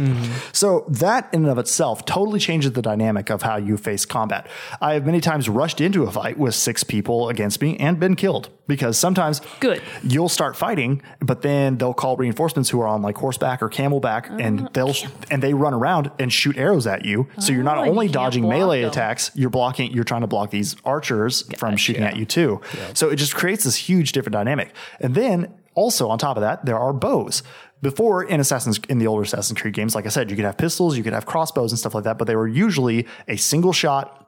[SPEAKER 2] So that in and of itself totally changes the dynamic of how you face combat. I have many times rushed into a fight with six people against me and been killed because sometimes
[SPEAKER 3] Good.
[SPEAKER 2] you'll start fighting, but then they'll call reinforcements who are on like horseback or camelback, and they'll and they run around and shoot arrows at you. So you're not
[SPEAKER 3] Oh, and
[SPEAKER 2] only
[SPEAKER 3] you can't
[SPEAKER 2] dodging
[SPEAKER 3] block
[SPEAKER 2] melee
[SPEAKER 3] them.
[SPEAKER 2] attacks, you're blocking. You're trying to block these archers from shooting at you too. So it just creates this huge different dynamic. And then also on top of that, there are bows. Before in Assassin's in the older Assassin's Creed games, like I said, you could have pistols, you could have crossbows and stuff like that, but they were usually a single shot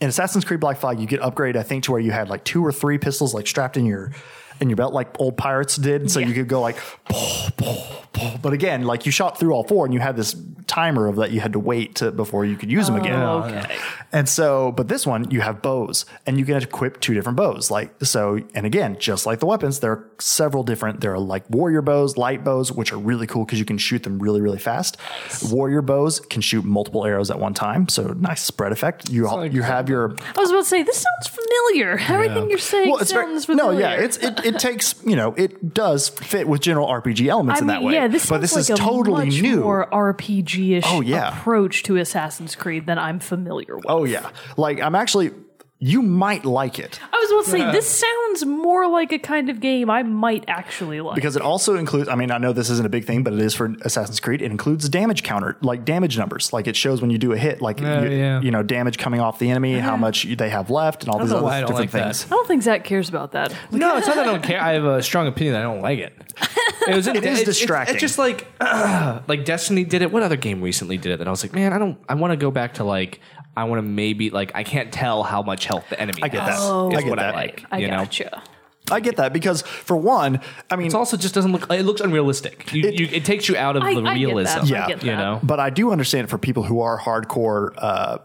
[SPEAKER 2] in Assassin's Creed Black Flag, you get upgrade, I think, to where you had like two or three pistols like strapped in your in your belt, like old pirates did. So you could go like, "Pow, pow, pow." but again, like you shot through all four, and you had this timer of that you had to wait to, before you could use them again.
[SPEAKER 3] okay.
[SPEAKER 2] And so, but this one, you have bows, and you can equip two different bows. Like so, and again, just like the weapons, there are several different. There are like warrior bows, light bows, which are really cool because you can shoot them really, really fast. Warrior bows can shoot multiple arrows at one time, so nice spread effect. You all, you have your
[SPEAKER 3] I was about to say this sounds familiar. Everything you're saying
[SPEAKER 2] well, it's very,
[SPEAKER 3] sounds
[SPEAKER 2] no,
[SPEAKER 3] familiar.
[SPEAKER 2] yeah, it's it, it takes you know it does fit with general RPG elements
[SPEAKER 3] I
[SPEAKER 2] in
[SPEAKER 3] mean,
[SPEAKER 2] that way.
[SPEAKER 3] yeah, this
[SPEAKER 2] but
[SPEAKER 3] sounds
[SPEAKER 2] this is
[SPEAKER 3] like a
[SPEAKER 2] totally
[SPEAKER 3] much
[SPEAKER 2] new.
[SPEAKER 3] more RPG-ish
[SPEAKER 2] Oh, yeah.
[SPEAKER 3] approach to Assassin's Creed than I'm familiar with.
[SPEAKER 2] oh yeah, like I'm actually you might like it.
[SPEAKER 3] I was about to say this sounds more like a kind of game I might actually like.
[SPEAKER 2] because it also includes i mean i know this isn't a big thing but it is for assassin's creed it includes damage counter like damage numbers like it shows when you do a hit like you,
[SPEAKER 4] yeah.
[SPEAKER 2] you know damage coming off the enemy how much they have left and all these
[SPEAKER 1] know
[SPEAKER 2] other
[SPEAKER 1] why I don't
[SPEAKER 2] different
[SPEAKER 1] like that.
[SPEAKER 2] things
[SPEAKER 3] I don't think Zach cares about that.
[SPEAKER 4] No, it's not that I don't care. I have a strong opinion. that I don't like it. It, was
[SPEAKER 2] is distracting.
[SPEAKER 4] It's, just like like Destiny did it. What other game recently did it? That I was like, man, I don't. I want to go back to like. I want to maybe like. I can't tell how much health the enemy.
[SPEAKER 2] I get
[SPEAKER 4] has,
[SPEAKER 2] that. Oh,
[SPEAKER 4] is
[SPEAKER 2] I get
[SPEAKER 4] what
[SPEAKER 2] that.
[SPEAKER 4] I like.
[SPEAKER 3] I
[SPEAKER 4] you know?
[SPEAKER 3] gotcha.
[SPEAKER 2] i get that because for one i mean
[SPEAKER 4] It also just doesn't look. It looks unrealistic. You,
[SPEAKER 2] It-
[SPEAKER 4] you, it takes you out of
[SPEAKER 3] I-
[SPEAKER 4] the
[SPEAKER 3] I get that.
[SPEAKER 4] realism.
[SPEAKER 3] I
[SPEAKER 2] Yeah.
[SPEAKER 3] get that.
[SPEAKER 4] you know.
[SPEAKER 2] but i do understand it for people who are hardcore uh,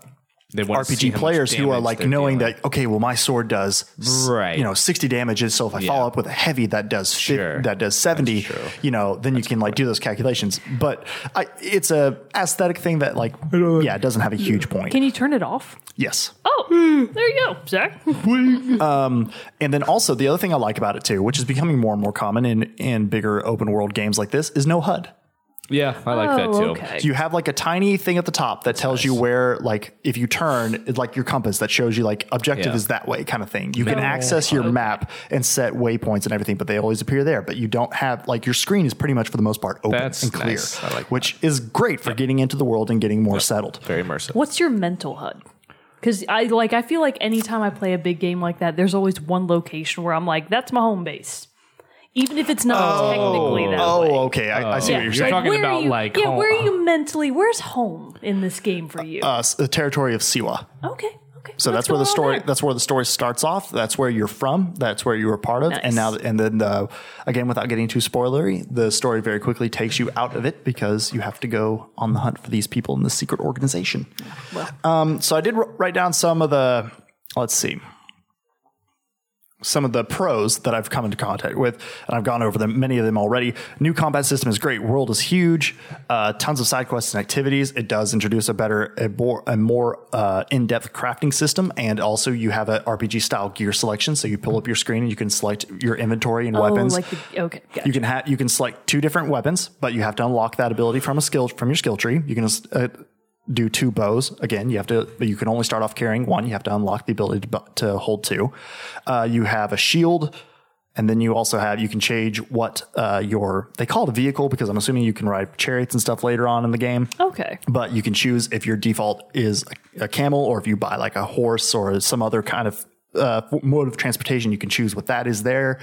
[SPEAKER 4] They wanna see
[SPEAKER 2] rpg
[SPEAKER 4] how much
[SPEAKER 2] players who are
[SPEAKER 4] damage
[SPEAKER 2] like
[SPEAKER 4] they're
[SPEAKER 2] knowing
[SPEAKER 4] dealing.
[SPEAKER 2] that okay well my sword does s-
[SPEAKER 4] Right.
[SPEAKER 2] you know 60 damages so if i follow up with a heavy that does fif-
[SPEAKER 4] Sure.
[SPEAKER 2] that does 70
[SPEAKER 4] true.
[SPEAKER 2] you know then you can like do those calculations but I, it's a aesthetic thing that like yeah it doesn't have a huge point
[SPEAKER 3] Can you turn it off?
[SPEAKER 2] Yes. Um,
[SPEAKER 3] Oh, there you go, Zach.
[SPEAKER 2] And then also the other thing I like about it too, which is becoming more and more common in in bigger open world games like this, is no HUD.
[SPEAKER 4] Yeah, I like that too.
[SPEAKER 3] Oh, okay.
[SPEAKER 2] So you have like a tiny thing at the top that tells you where like if you turn, it's like your compass that shows you like objective
[SPEAKER 4] Yeah.
[SPEAKER 2] is that way kind of thing. You can access your map and set waypoints and everything, but they always appear there. But you don't have like your screen is pretty much for the most part open
[SPEAKER 4] That's
[SPEAKER 2] and clear.
[SPEAKER 4] nice. I like
[SPEAKER 2] which is great for getting into the world and getting more settled.
[SPEAKER 4] Very immersive.
[SPEAKER 3] What's your mental HUD? Because I like I feel like anytime I play a big game like that, there's always one location where I'm like, that's my home base, even if it's not technically that way.
[SPEAKER 2] Oh, okay. I, I see what
[SPEAKER 3] Yeah,
[SPEAKER 2] you're
[SPEAKER 4] Uh, You're
[SPEAKER 2] saying.
[SPEAKER 4] talking
[SPEAKER 3] where are
[SPEAKER 4] about,
[SPEAKER 3] you-
[SPEAKER 4] like,
[SPEAKER 3] yeah,
[SPEAKER 4] home-
[SPEAKER 3] where are you mentally? Where's home in this game for you?
[SPEAKER 2] Uh, s- the territory of Siwa.
[SPEAKER 3] okay, okay.
[SPEAKER 2] Uh, So
[SPEAKER 3] what's
[SPEAKER 2] that's where the
[SPEAKER 3] going on
[SPEAKER 2] story
[SPEAKER 3] there?
[SPEAKER 2] that's where the story starts off. That's where you're from. That's where you were part of. And
[SPEAKER 3] Nice.
[SPEAKER 2] now and then the again without getting too spoilery, the story very quickly takes you out of it because you have to go on the hunt for these people in this secret organization. Um, so I did wr- write down some of the let's see some of the pros that I've come into contact with, and I've gone over them, many of them already. New combat system is great. World is huge. Uh, tons of side quests and activities. It does introduce a better, a more, a more uh, in-depth crafting system, and also you have a RPG style gear selection. So you pull up your screen and you can select your inventory and weapons.
[SPEAKER 3] Oh, like the, okay. Gotcha.
[SPEAKER 2] You can ha- you can select two different weapons, but you have to unlock that ability from a skill from your skill tree. You can uh, do two bows. Again, you have to, but you can only start off carrying one. You have to unlock the ability to, bu- to hold two. Uh, you have a shield, and then you also have you can change what uh, your they call it a vehicle because I'm assuming you can ride chariots and stuff later on in the game
[SPEAKER 3] okay.
[SPEAKER 2] but you can choose if your default is a, a camel or if you buy like a horse or some other kind of uh, f- mode of transportation you can choose what that is there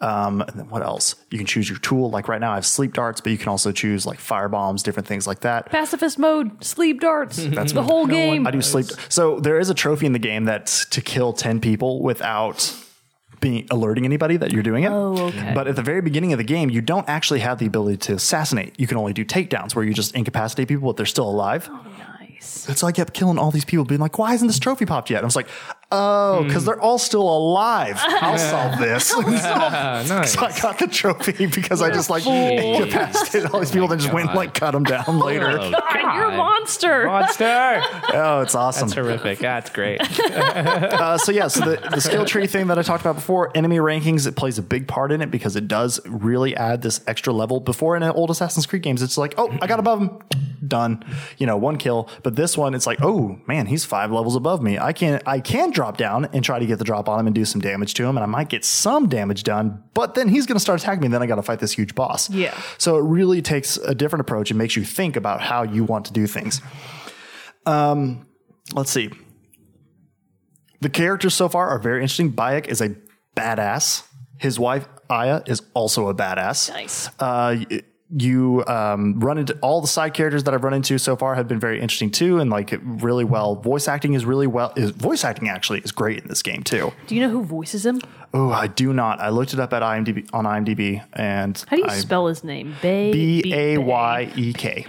[SPEAKER 2] um, and then what else you can choose your tool like right now i have sleep darts but you can also choose like fire bombs different things like that
[SPEAKER 3] Pacifist mode, sleep darts, the whole game.
[SPEAKER 2] I do sleep. So there is a trophy in the game that's to kill 10 people without being alerting anybody that you're doing it.
[SPEAKER 3] Oh, okay.
[SPEAKER 2] But at the very beginning of the game, you don't actually have the ability to assassinate. You can only do takedowns where you just incapacitate people but they're still alive.
[SPEAKER 3] nice.
[SPEAKER 2] And so I kept killing all these people, being like, why hasn't this trophy popped yet? And I was like, oh, because they're all still alive. I'll solve this.
[SPEAKER 4] Ah, nice.
[SPEAKER 2] so I got the trophy because I just like incapacitated all these people, then just went and like cut them down later.
[SPEAKER 4] Oh,
[SPEAKER 3] God, you're a monster.
[SPEAKER 4] monster.
[SPEAKER 2] Oh, it's awesome.
[SPEAKER 4] Terrific. That's great.
[SPEAKER 2] Uh, so yeah, so the, the skill tree thing that I talked about before, enemy rankings, it plays a big part in it because it does really add this extra level. Before in old Assassin's Creed games, it's like, oh, I got above him, done, you know, one kill. But this one, it's like, oh man, he's five levels above me. I can I can drop down and try to get the drop on him and do some damage to him, and I might get some damage done. But then he's going to start attacking me, and then I got to fight this huge boss.
[SPEAKER 3] Yeah.
[SPEAKER 2] So it really takes a different approach and makes you think about how you want to do things. Um, let's see. The characters so far are very interesting. Bayek is a badass. His wife Aya is also a badass.
[SPEAKER 3] Nice.
[SPEAKER 2] Uh, y- you um, run into all the side characters that I've run into so far have been very interesting too, and like really well. Voice acting is really well. Is voice acting actually is great in this game too.
[SPEAKER 3] Do you know who voices him?
[SPEAKER 2] Oh, I do not. I looked it up at IMDb on IMDb, and
[SPEAKER 3] How do you
[SPEAKER 2] I-
[SPEAKER 3] spell his name? Bay.
[SPEAKER 2] B A Y E K.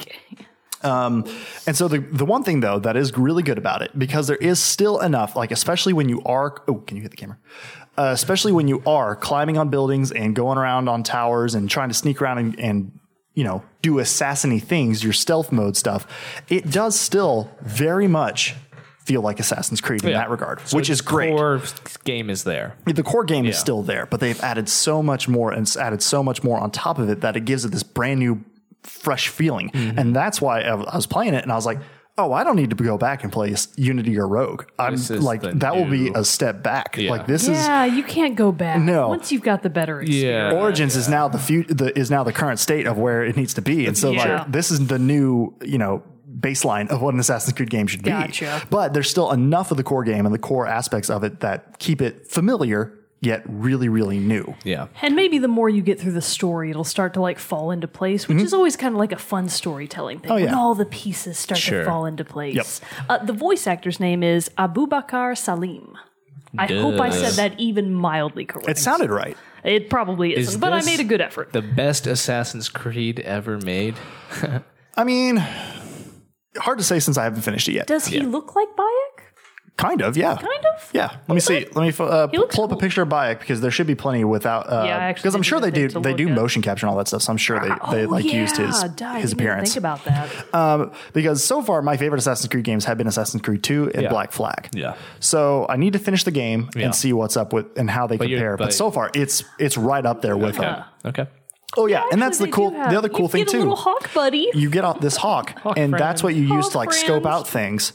[SPEAKER 3] Okay.
[SPEAKER 2] And so the the one thing though that is really good about it because there is still enough like especially when you are oh can you hit the camera uh, especially when you are climbing on buildings and going around on towers and trying to sneak around and, and you know do assassiny things your stealth mode stuff it does still very much feel like Assassin's Creed in
[SPEAKER 4] Yeah.
[SPEAKER 2] that regard which
[SPEAKER 4] The
[SPEAKER 2] is great
[SPEAKER 4] Core game is there.
[SPEAKER 2] the core game is still there, but they've added so much more and it's added so much more on top of it that it gives it this brand new, fresh feeling.
[SPEAKER 4] Mm-hmm.
[SPEAKER 2] And that's why I I was playing it and I was like, oh, I don't need to go back and play Unity or Rogue. I'm
[SPEAKER 4] This is
[SPEAKER 2] like,
[SPEAKER 4] the
[SPEAKER 2] that will be
[SPEAKER 4] new-
[SPEAKER 2] a step back. Like this is
[SPEAKER 3] Yeah, you can't go back.
[SPEAKER 2] No.
[SPEAKER 3] Once you've got the better experience.
[SPEAKER 2] Origins is now the, fu- the is now the current state of where it needs to be, and so
[SPEAKER 3] Yeah.
[SPEAKER 2] like this is the new you know baseline of what an Assassin's Creed game should
[SPEAKER 3] Gotcha.
[SPEAKER 2] be. But there's still enough of the core game and the core aspects of it that keep it familiar yet really really new.
[SPEAKER 4] Yeah.
[SPEAKER 3] And maybe the more you get through the story, it'll start to like fall into place, which is always kind of like a fun storytelling thing. When
[SPEAKER 2] Mm-hmm. Oh, yeah.
[SPEAKER 3] all the pieces start
[SPEAKER 4] Sure.
[SPEAKER 3] to fall into place. Uh, the voice actor's name is Abubakar Salim. I hope I said
[SPEAKER 4] Yes.
[SPEAKER 3] that even mildly correct.
[SPEAKER 2] It sounded right.
[SPEAKER 3] It probably isn't,
[SPEAKER 4] Is
[SPEAKER 3] but I
[SPEAKER 4] this
[SPEAKER 3] made a good effort.
[SPEAKER 4] The best Assassin's Creed ever made.
[SPEAKER 2] I mean, hard to say since I haven't finished it yet.
[SPEAKER 3] Does he look like Bayek?
[SPEAKER 2] Kind of, yeah.
[SPEAKER 3] Kind of?
[SPEAKER 2] Yeah. Let me see. Let me fo- uh, pull
[SPEAKER 3] looks
[SPEAKER 2] up a
[SPEAKER 3] cool.
[SPEAKER 2] picture of Bayek because there should be plenty without. Uh,
[SPEAKER 3] Yeah, I actually
[SPEAKER 2] because I'm
[SPEAKER 3] didn't
[SPEAKER 2] sure they do.
[SPEAKER 3] even think to
[SPEAKER 2] They
[SPEAKER 3] look
[SPEAKER 2] do
[SPEAKER 3] at-
[SPEAKER 2] motion capture and all that stuff. So I'm sure they, they
[SPEAKER 3] Oh,
[SPEAKER 2] like
[SPEAKER 3] yeah.
[SPEAKER 2] used his
[SPEAKER 3] Duh, I didn't
[SPEAKER 2] his
[SPEAKER 3] even
[SPEAKER 2] appearance.
[SPEAKER 3] Think about that.
[SPEAKER 2] Um, because so far my favorite Assassin's Creed games have been Assassin's Creed 2 and
[SPEAKER 4] Yeah.
[SPEAKER 2] Black Flag.
[SPEAKER 4] Yeah.
[SPEAKER 2] So I need to finish the game
[SPEAKER 4] Yeah.
[SPEAKER 2] and see what's up with and how they
[SPEAKER 4] you're-
[SPEAKER 2] compare. But,
[SPEAKER 4] but-
[SPEAKER 2] so far it's it's right up there with them.
[SPEAKER 4] Okay.
[SPEAKER 2] Oh yeah, and that's the
[SPEAKER 3] Actually, they
[SPEAKER 2] cool
[SPEAKER 3] do have-
[SPEAKER 2] the other cool
[SPEAKER 3] you
[SPEAKER 2] thing
[SPEAKER 3] get
[SPEAKER 2] too
[SPEAKER 3] A little hawk buddy.
[SPEAKER 2] you get out this hawk, and
[SPEAKER 4] friend.
[SPEAKER 2] that's what you use
[SPEAKER 3] Hawk
[SPEAKER 2] to like
[SPEAKER 3] friend.
[SPEAKER 2] scope out things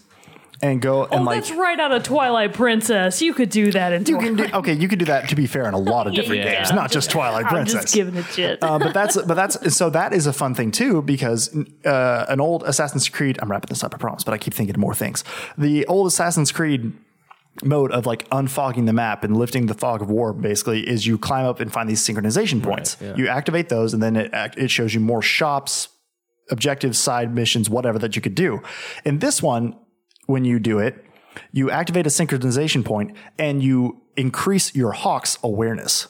[SPEAKER 2] and go and
[SPEAKER 3] oh,
[SPEAKER 2] like
[SPEAKER 3] that's right out of Twilight Princess. You could do that in
[SPEAKER 2] you
[SPEAKER 3] Twilight.
[SPEAKER 2] can do okay you can do that to be fair in a lot of different
[SPEAKER 4] yeah.
[SPEAKER 2] games
[SPEAKER 4] Yeah.
[SPEAKER 2] not just twilight
[SPEAKER 3] I'm
[SPEAKER 2] princess
[SPEAKER 3] just giving it shit.
[SPEAKER 2] Uh, but that's but that's so that is a fun thing too because uh, an old Assassin's Creed. I'm wrapping this up, I promise, but I keep thinking of more things. The old Assassin's Creed mode of like unfogging the map and lifting the fog of war basically is you climb up and find these synchronization points. You activate those, and then it act, it shows you more shops, objectives, side missions, whatever that you could do. In this one, when you do it. you activate a synchronization point and you increase your hawk's awareness.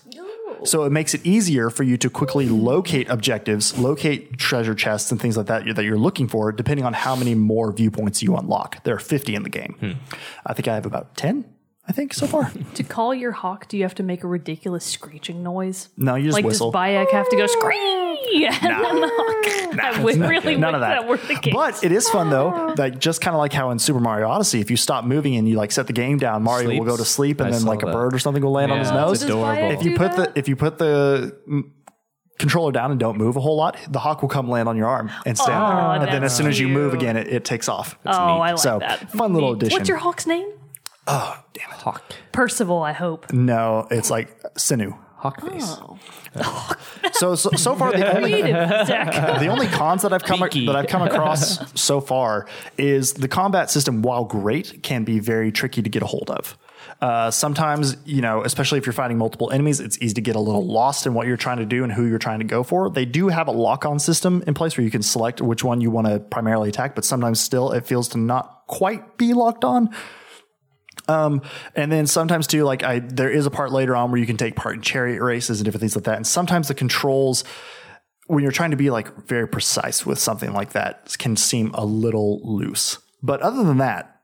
[SPEAKER 2] So it makes it easier for you to quickly locate objectives, locate treasure chests, and things like that that you're looking for, depending on how many more viewpoints you unlock. There are 50 in the game. I think I have about 10, I think, so far.
[SPEAKER 3] To call your hawk, do you have to make a ridiculous screeching noise?
[SPEAKER 2] No, you just
[SPEAKER 3] like
[SPEAKER 2] whistle.
[SPEAKER 3] does Bayek have to go scream? Yeah, I would really
[SPEAKER 2] None of
[SPEAKER 3] wish
[SPEAKER 2] that.
[SPEAKER 3] that were the case.
[SPEAKER 2] But it is fun
[SPEAKER 3] Ah.
[SPEAKER 2] though, like just kind of like how in Super Mario Odyssey, if you stop moving and you like set the game down, Mario will
[SPEAKER 1] Sleeps.
[SPEAKER 2] go to sleep, and
[SPEAKER 1] I
[SPEAKER 2] then
[SPEAKER 1] saw
[SPEAKER 2] like a
[SPEAKER 1] that.
[SPEAKER 2] bird or something will land on his
[SPEAKER 1] Yeah,
[SPEAKER 2] nose.
[SPEAKER 1] it's
[SPEAKER 3] Does Bayek
[SPEAKER 1] adorable.
[SPEAKER 2] if you
[SPEAKER 3] do
[SPEAKER 2] put
[SPEAKER 3] that?
[SPEAKER 2] the if you put the mm, controller down and don't move a whole lot, the hawk will come land on your arm and stand
[SPEAKER 3] Aw,
[SPEAKER 2] there. And then
[SPEAKER 3] that's
[SPEAKER 2] as soon as you move
[SPEAKER 3] cute.
[SPEAKER 2] again, it, it takes off.
[SPEAKER 3] oh, I like
[SPEAKER 2] so,
[SPEAKER 3] that.
[SPEAKER 2] fun little
[SPEAKER 3] Neat.
[SPEAKER 2] addition.
[SPEAKER 3] What's your hawk's name?
[SPEAKER 2] Oh, Damn it. Hawk.
[SPEAKER 3] Percival, I hope.
[SPEAKER 2] No, it's like sinew.
[SPEAKER 4] Hawk face.
[SPEAKER 3] Oh.
[SPEAKER 2] So so, so far the only
[SPEAKER 3] Zach.
[SPEAKER 2] the only cons that I've come
[SPEAKER 1] Beaky.
[SPEAKER 2] that I've come across so far is the combat system, while great, can be very tricky to get a hold of. Uh, sometimes, you know, especially if you're fighting multiple enemies, it's easy to get a little lost in what you're trying to do and who you're trying to go for. They do have a lock-on system in place where you can select which one you want to primarily attack, but sometimes still it feels to not quite be locked on. Um, And then sometimes too, like I, there is a part later on where you can take part in chariot races and different things like that. And sometimes the controls, when you're trying to be like very precise with something like that, can seem a little loose. But other than that,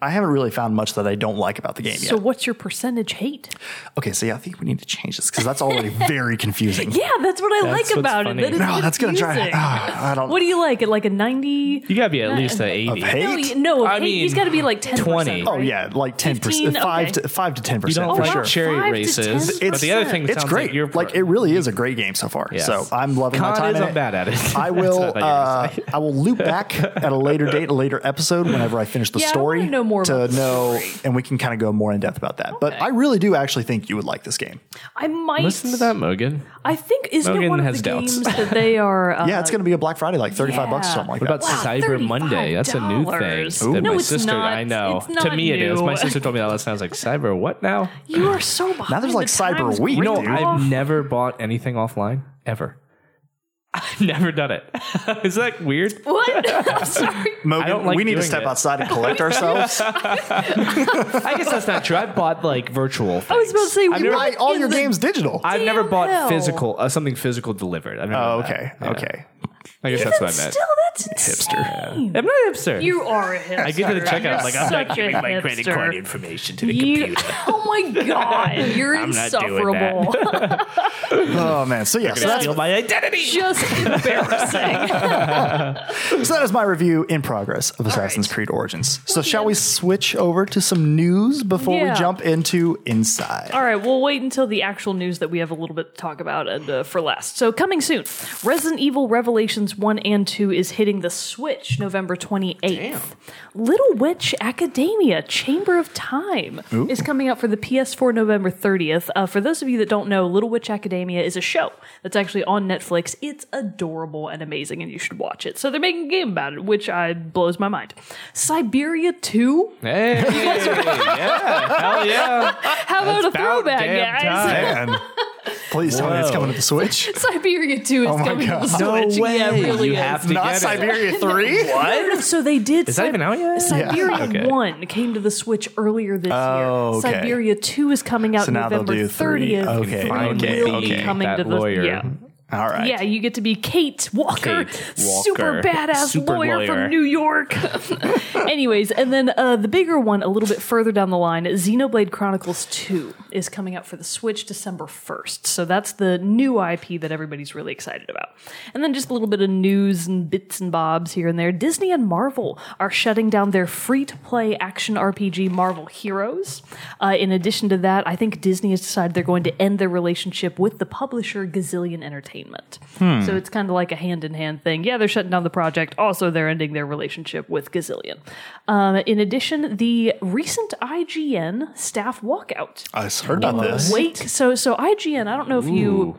[SPEAKER 2] I haven't really found much that I don't like about the game
[SPEAKER 3] So,
[SPEAKER 2] yet.
[SPEAKER 3] what's your percentage hate?
[SPEAKER 2] Okay, so yeah, I think we need to change this because that's already very confusing.
[SPEAKER 3] Yeah, that's what I
[SPEAKER 1] That's
[SPEAKER 3] like
[SPEAKER 1] what's
[SPEAKER 3] about
[SPEAKER 1] funny.
[SPEAKER 3] it. that it's
[SPEAKER 2] No, that's gonna try.
[SPEAKER 3] confusing.
[SPEAKER 2] Ah, I don't.
[SPEAKER 3] what do you like? At like a ninety?
[SPEAKER 1] You gotta be at least an eighty.
[SPEAKER 2] of hate?
[SPEAKER 3] No, you- no,
[SPEAKER 1] I
[SPEAKER 3] hate,
[SPEAKER 1] mean,
[SPEAKER 3] he's got to be like ten.
[SPEAKER 1] 20.
[SPEAKER 2] oh yeah, like ten
[SPEAKER 3] 15,
[SPEAKER 2] percent, five
[SPEAKER 3] okay.
[SPEAKER 2] to five to ten
[SPEAKER 1] You
[SPEAKER 2] percent
[SPEAKER 1] don't
[SPEAKER 2] for
[SPEAKER 1] like
[SPEAKER 2] sure.
[SPEAKER 1] chariot
[SPEAKER 3] Five to
[SPEAKER 1] races,
[SPEAKER 3] 10%.
[SPEAKER 1] but the other thing
[SPEAKER 2] It's
[SPEAKER 1] sounds
[SPEAKER 2] great.
[SPEAKER 1] like you're
[SPEAKER 2] like it really is a great game so far.
[SPEAKER 1] Yes.
[SPEAKER 2] So I'm loving
[SPEAKER 1] Con
[SPEAKER 2] my time
[SPEAKER 1] is
[SPEAKER 2] in
[SPEAKER 1] I'm
[SPEAKER 2] it.
[SPEAKER 1] bad at it. That's
[SPEAKER 2] I will.
[SPEAKER 1] what I thought you were gonna
[SPEAKER 2] Uh, I will loop back at a later date, a later episode, whenever I finish the
[SPEAKER 3] Yeah, I
[SPEAKER 2] story.
[SPEAKER 3] wanna know more
[SPEAKER 2] to
[SPEAKER 3] about the
[SPEAKER 2] know, and we can kind of go more in depth about that. But
[SPEAKER 3] Okay.
[SPEAKER 2] I really do actually think you would like this game.
[SPEAKER 3] I might
[SPEAKER 1] Listen to that, Mogan.
[SPEAKER 3] I think isn't it
[SPEAKER 1] Logan
[SPEAKER 3] one of
[SPEAKER 1] has
[SPEAKER 3] the
[SPEAKER 1] doubts.
[SPEAKER 3] games that they are? Uh,
[SPEAKER 2] Yeah, it's going to be a Black Friday, like thirty-five bucks or
[SPEAKER 3] yeah.
[SPEAKER 2] something like
[SPEAKER 1] What
[SPEAKER 2] that.
[SPEAKER 1] about Cyber Monday? That's a new thing.
[SPEAKER 3] $35.
[SPEAKER 1] that
[SPEAKER 3] No,
[SPEAKER 1] my
[SPEAKER 3] it's
[SPEAKER 1] sister,
[SPEAKER 3] not.
[SPEAKER 1] I know.
[SPEAKER 3] It's not
[SPEAKER 1] to me, it is.
[SPEAKER 3] new.
[SPEAKER 1] My sister told me that last night. I was like, Cyber, what now?
[SPEAKER 3] You are so behind.
[SPEAKER 2] Now there's, like,
[SPEAKER 3] the
[SPEAKER 2] Cyber
[SPEAKER 3] times.
[SPEAKER 2] Week,
[SPEAKER 3] Great
[SPEAKER 2] no,
[SPEAKER 3] job.
[SPEAKER 1] I've never bought anything offline ever. I've never done it. is that weird?
[SPEAKER 3] what? I'm sorry.
[SPEAKER 2] Mogan,
[SPEAKER 1] I don't like
[SPEAKER 2] we need to
[SPEAKER 1] doing
[SPEAKER 2] step
[SPEAKER 1] it.
[SPEAKER 2] outside and collect ourselves.
[SPEAKER 1] I guess that's not true. I bought like virtual.
[SPEAKER 3] I was about to say
[SPEAKER 2] you
[SPEAKER 3] what
[SPEAKER 2] buy all
[SPEAKER 3] is
[SPEAKER 2] your
[SPEAKER 3] the-
[SPEAKER 2] games digital.
[SPEAKER 1] I've never
[SPEAKER 3] Damn
[SPEAKER 1] bought
[SPEAKER 3] hell.
[SPEAKER 1] physical uh, something physical delivered. I
[SPEAKER 2] oh, okay, okay.
[SPEAKER 1] I guess that's what I meant.
[SPEAKER 3] Still, that's hipster.
[SPEAKER 1] I'm not an hipster.
[SPEAKER 3] You are a hipster.
[SPEAKER 1] I get to the checkout like I'm
[SPEAKER 3] such
[SPEAKER 1] not
[SPEAKER 3] a
[SPEAKER 1] giving my credit
[SPEAKER 3] hipster.
[SPEAKER 1] card information to the
[SPEAKER 3] You,
[SPEAKER 1] computer.
[SPEAKER 3] oh my god, you're
[SPEAKER 1] not doing
[SPEAKER 3] insufferable.
[SPEAKER 1] that.
[SPEAKER 2] Oh man, so yeah, so that's
[SPEAKER 1] Steal my identity.
[SPEAKER 3] Just embarrassing.
[SPEAKER 2] So that is my review in progress of Assassin's Creed Origins. So shall we switch over to some news before
[SPEAKER 3] Yeah.
[SPEAKER 2] we jump into Inside?
[SPEAKER 3] All right, we'll wait until the actual news that we have a little bit to talk about and uh, for last. So coming soon, Resident Evil Revelations one and two is hitting the Switch November twenty eighth. Little Witch Academia Chamber of Time is coming out for the PS4 November thirtieth. Uh, for those of you that don't know, Little Witch Academia is a show that's actually on Netflix. It's adorable and amazing, and you should watch it. So they're making a game about it, which I blows my mind. Siberia two.
[SPEAKER 1] Hey, yeah, hell yeah.
[SPEAKER 3] How about a throwback,
[SPEAKER 1] damn
[SPEAKER 3] guys?
[SPEAKER 1] time.
[SPEAKER 2] Man, please tell me it's
[SPEAKER 1] Whoa.
[SPEAKER 2] coming to the Switch.
[SPEAKER 3] Siberia 2 is
[SPEAKER 2] Oh my
[SPEAKER 3] coming to
[SPEAKER 2] God.
[SPEAKER 3] the Switch.
[SPEAKER 1] No
[SPEAKER 3] Yeah,
[SPEAKER 1] way.
[SPEAKER 3] it really
[SPEAKER 1] You
[SPEAKER 3] is.
[SPEAKER 1] have to
[SPEAKER 2] Not
[SPEAKER 1] get it.
[SPEAKER 2] Siberia 3?
[SPEAKER 3] No, no, no, so they did.
[SPEAKER 1] Is that even out yet?
[SPEAKER 3] Siberia
[SPEAKER 1] Yeah. Okay.
[SPEAKER 3] 1 came to the Switch earlier this
[SPEAKER 2] Oh,
[SPEAKER 3] year.
[SPEAKER 2] okay.
[SPEAKER 3] Siberia 2 is coming out
[SPEAKER 2] So now they'll
[SPEAKER 3] November
[SPEAKER 2] do three.
[SPEAKER 3] 30th.
[SPEAKER 2] Okay,
[SPEAKER 3] Three
[SPEAKER 2] okay,
[SPEAKER 3] will
[SPEAKER 2] okay.
[SPEAKER 3] Be coming
[SPEAKER 1] That
[SPEAKER 3] to the,
[SPEAKER 1] lawyer.
[SPEAKER 3] Yeah.
[SPEAKER 2] All right.
[SPEAKER 3] yeah, you get to be Kate Walker,
[SPEAKER 1] Kate
[SPEAKER 3] super
[SPEAKER 1] Walker.
[SPEAKER 3] badass
[SPEAKER 1] Super
[SPEAKER 3] lawyer,
[SPEAKER 1] lawyer.
[SPEAKER 3] from New York. Anyways, and then uh, the bigger one a little bit further down the line, Xenoblade Chronicles 2 is coming out for the Switch December 1st. So that's the new IP that everybody's really excited about. And then just a little bit of news and bits and bobs here and there. Disney and Marvel are shutting down their free to play action RPG Marvel Heroes. Uh, in addition to that, I think Disney has decided they're going to end their relationship with the publisher Gazillion Entertainment.
[SPEAKER 2] Hmm.
[SPEAKER 3] So it's kind of like a hand in hand thing. Yeah, they're shutting down the project. Also, they're ending their relationship with Gazillion. Um, in addition, the recent IGN staff walkout.
[SPEAKER 2] I just heard about this.
[SPEAKER 3] Wake. So, so IGN. I don't know if you.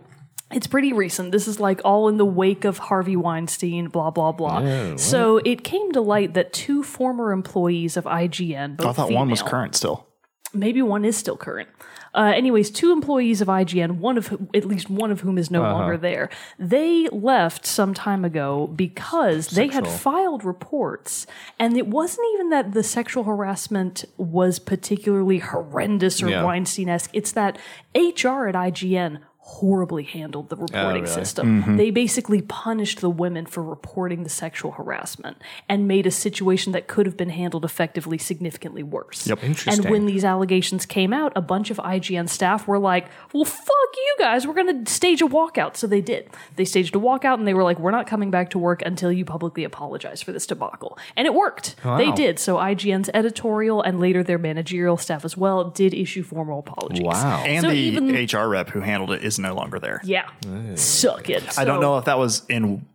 [SPEAKER 3] It's pretty recent. This is like all in the wake of Harvey Weinstein, blah blah blah.
[SPEAKER 2] Oh,
[SPEAKER 3] so it came to light that two former employees of IGN, both
[SPEAKER 2] I thought one was
[SPEAKER 3] female-
[SPEAKER 2] current still.
[SPEAKER 3] Maybe one is still current. Uh, anyways, two employees of IGN, one of who, at least one of whom is no longer there, they left some time ago because they had filed reports, and it wasn't even that the sexual harassment was particularly horrendous or
[SPEAKER 4] Yeah.
[SPEAKER 3] Weinstein esque. It's that HR at IGN horribly handled the reporting system. They basically punished the women for reporting the sexual harassment and made a situation that could have been handled effectively significantly worse. Yep.
[SPEAKER 4] Interesting.
[SPEAKER 3] And when these allegations came out, a bunch of IGN staff were like, well, fuck you guys. We're going to stage a walkout. So they did. They staged a walkout and they were like, we're not coming back to work until you publicly apologize for this debacle. And it worked. They did. So IGN's editorial and later their managerial staff as well did issue formal apologies.
[SPEAKER 4] Wow.
[SPEAKER 2] And
[SPEAKER 3] So
[SPEAKER 2] the
[SPEAKER 3] even-
[SPEAKER 2] HR rep who handled it is no longer there.
[SPEAKER 3] Yeah. Suck it.
[SPEAKER 2] I
[SPEAKER 3] So
[SPEAKER 2] don't know if that was in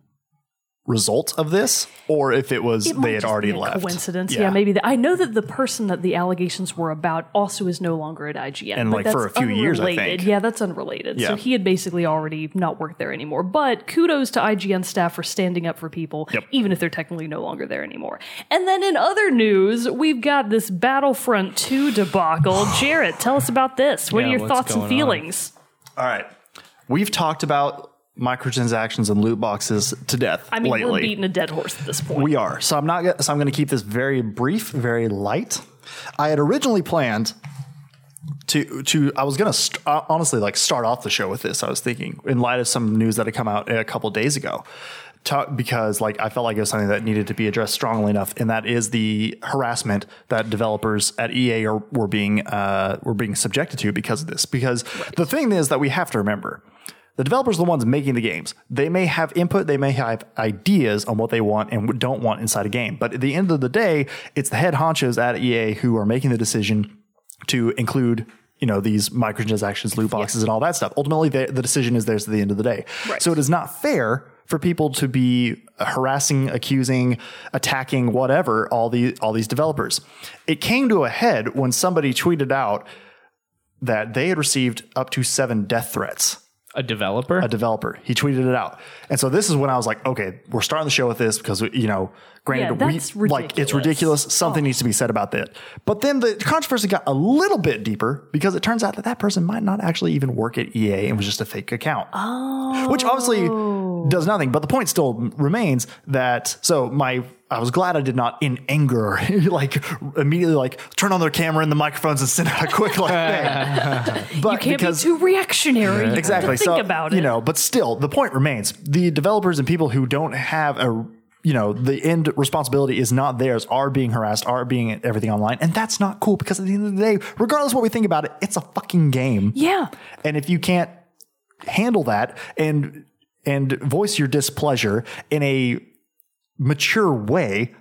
[SPEAKER 2] result of this or if it was
[SPEAKER 3] it might
[SPEAKER 2] they had
[SPEAKER 3] just
[SPEAKER 2] already
[SPEAKER 3] be a
[SPEAKER 2] left.
[SPEAKER 3] Coincidence. Yeah, maybe. The, I know that the person that the allegations were about also is no longer at IGN.
[SPEAKER 2] And,
[SPEAKER 3] but
[SPEAKER 2] like, for
[SPEAKER 3] that's
[SPEAKER 2] a few years, I
[SPEAKER 3] unrelated.
[SPEAKER 2] think.
[SPEAKER 3] Yeah, that's unrelated.
[SPEAKER 2] Yeah.
[SPEAKER 3] So he had basically already not worked there anymore. But kudos to IGN staff for standing up for people, even if they're technically no longer there anymore. And then in other news, we've got this Battlefront 2 debacle. Jarrett, tell us about this. What
[SPEAKER 4] Yeah,
[SPEAKER 3] are your
[SPEAKER 4] what's
[SPEAKER 3] thoughts and
[SPEAKER 4] going on?
[SPEAKER 3] feelings?
[SPEAKER 2] All right. We've talked about microtransactions and loot boxes to death
[SPEAKER 3] I mean,
[SPEAKER 2] lately.
[SPEAKER 3] we're beating a dead horse at this point.
[SPEAKER 2] We are. So I'm not. go- So I'm going to keep this very brief, very light. I had originally planned to to. I was going to st- uh, honestly like start off the show with this. I was thinking in light of some news that had come out a couple days ago. Talk, because like I felt like it was something that needed to be addressed strongly enough, and that is the harassment that developers at EA are, were being uh, were being subjected to because of this. Because the thing is that we have to remember, the developers are the ones making the games. They may have input, they may have ideas on what they want and what don't want inside a game. But at the end of the day, it's the head honchos at EA who are making the decision to include you know these microtransactions, loot boxes, and all that stuff. Ultimately, the, the decision is theirs at the end of the day. So it is not fair for people to be harassing, accusing, attacking, whatever all the all these developers. It came to a head when somebody tweeted out that they had received up to seven death threats
[SPEAKER 1] A developer?
[SPEAKER 2] a developer. He tweeted it out. And so this is when I was like, okay, we're starting the show with this because, you know, granted,
[SPEAKER 3] Yeah,
[SPEAKER 2] we,
[SPEAKER 3] that's
[SPEAKER 2] like, it's
[SPEAKER 3] ridiculous. Oh.
[SPEAKER 2] ridiculous. Something needs to be said about that. But then the controversy got a little bit deeper because it turns out that that person might not actually even work at EA and was just a fake account. Which obviously
[SPEAKER 3] Oh.
[SPEAKER 2] does nothing. But the point still remains that, so my, I was glad I did not in anger, like immediately like turn on their camera and the microphones and send out a quick like thing. But
[SPEAKER 3] Can't be too reactionary. You have
[SPEAKER 2] exactly.
[SPEAKER 3] To think
[SPEAKER 2] so
[SPEAKER 3] about it.
[SPEAKER 2] you know, but still, the point remains: the developers and people who don't have a you know the end responsibility is not theirs are being harassed are being at everything online and that's not cool because at the end of the day regardless of what we think about it it's a fucking game
[SPEAKER 3] yeah.
[SPEAKER 2] and if you can't handle that and and voice your displeasure in a mature way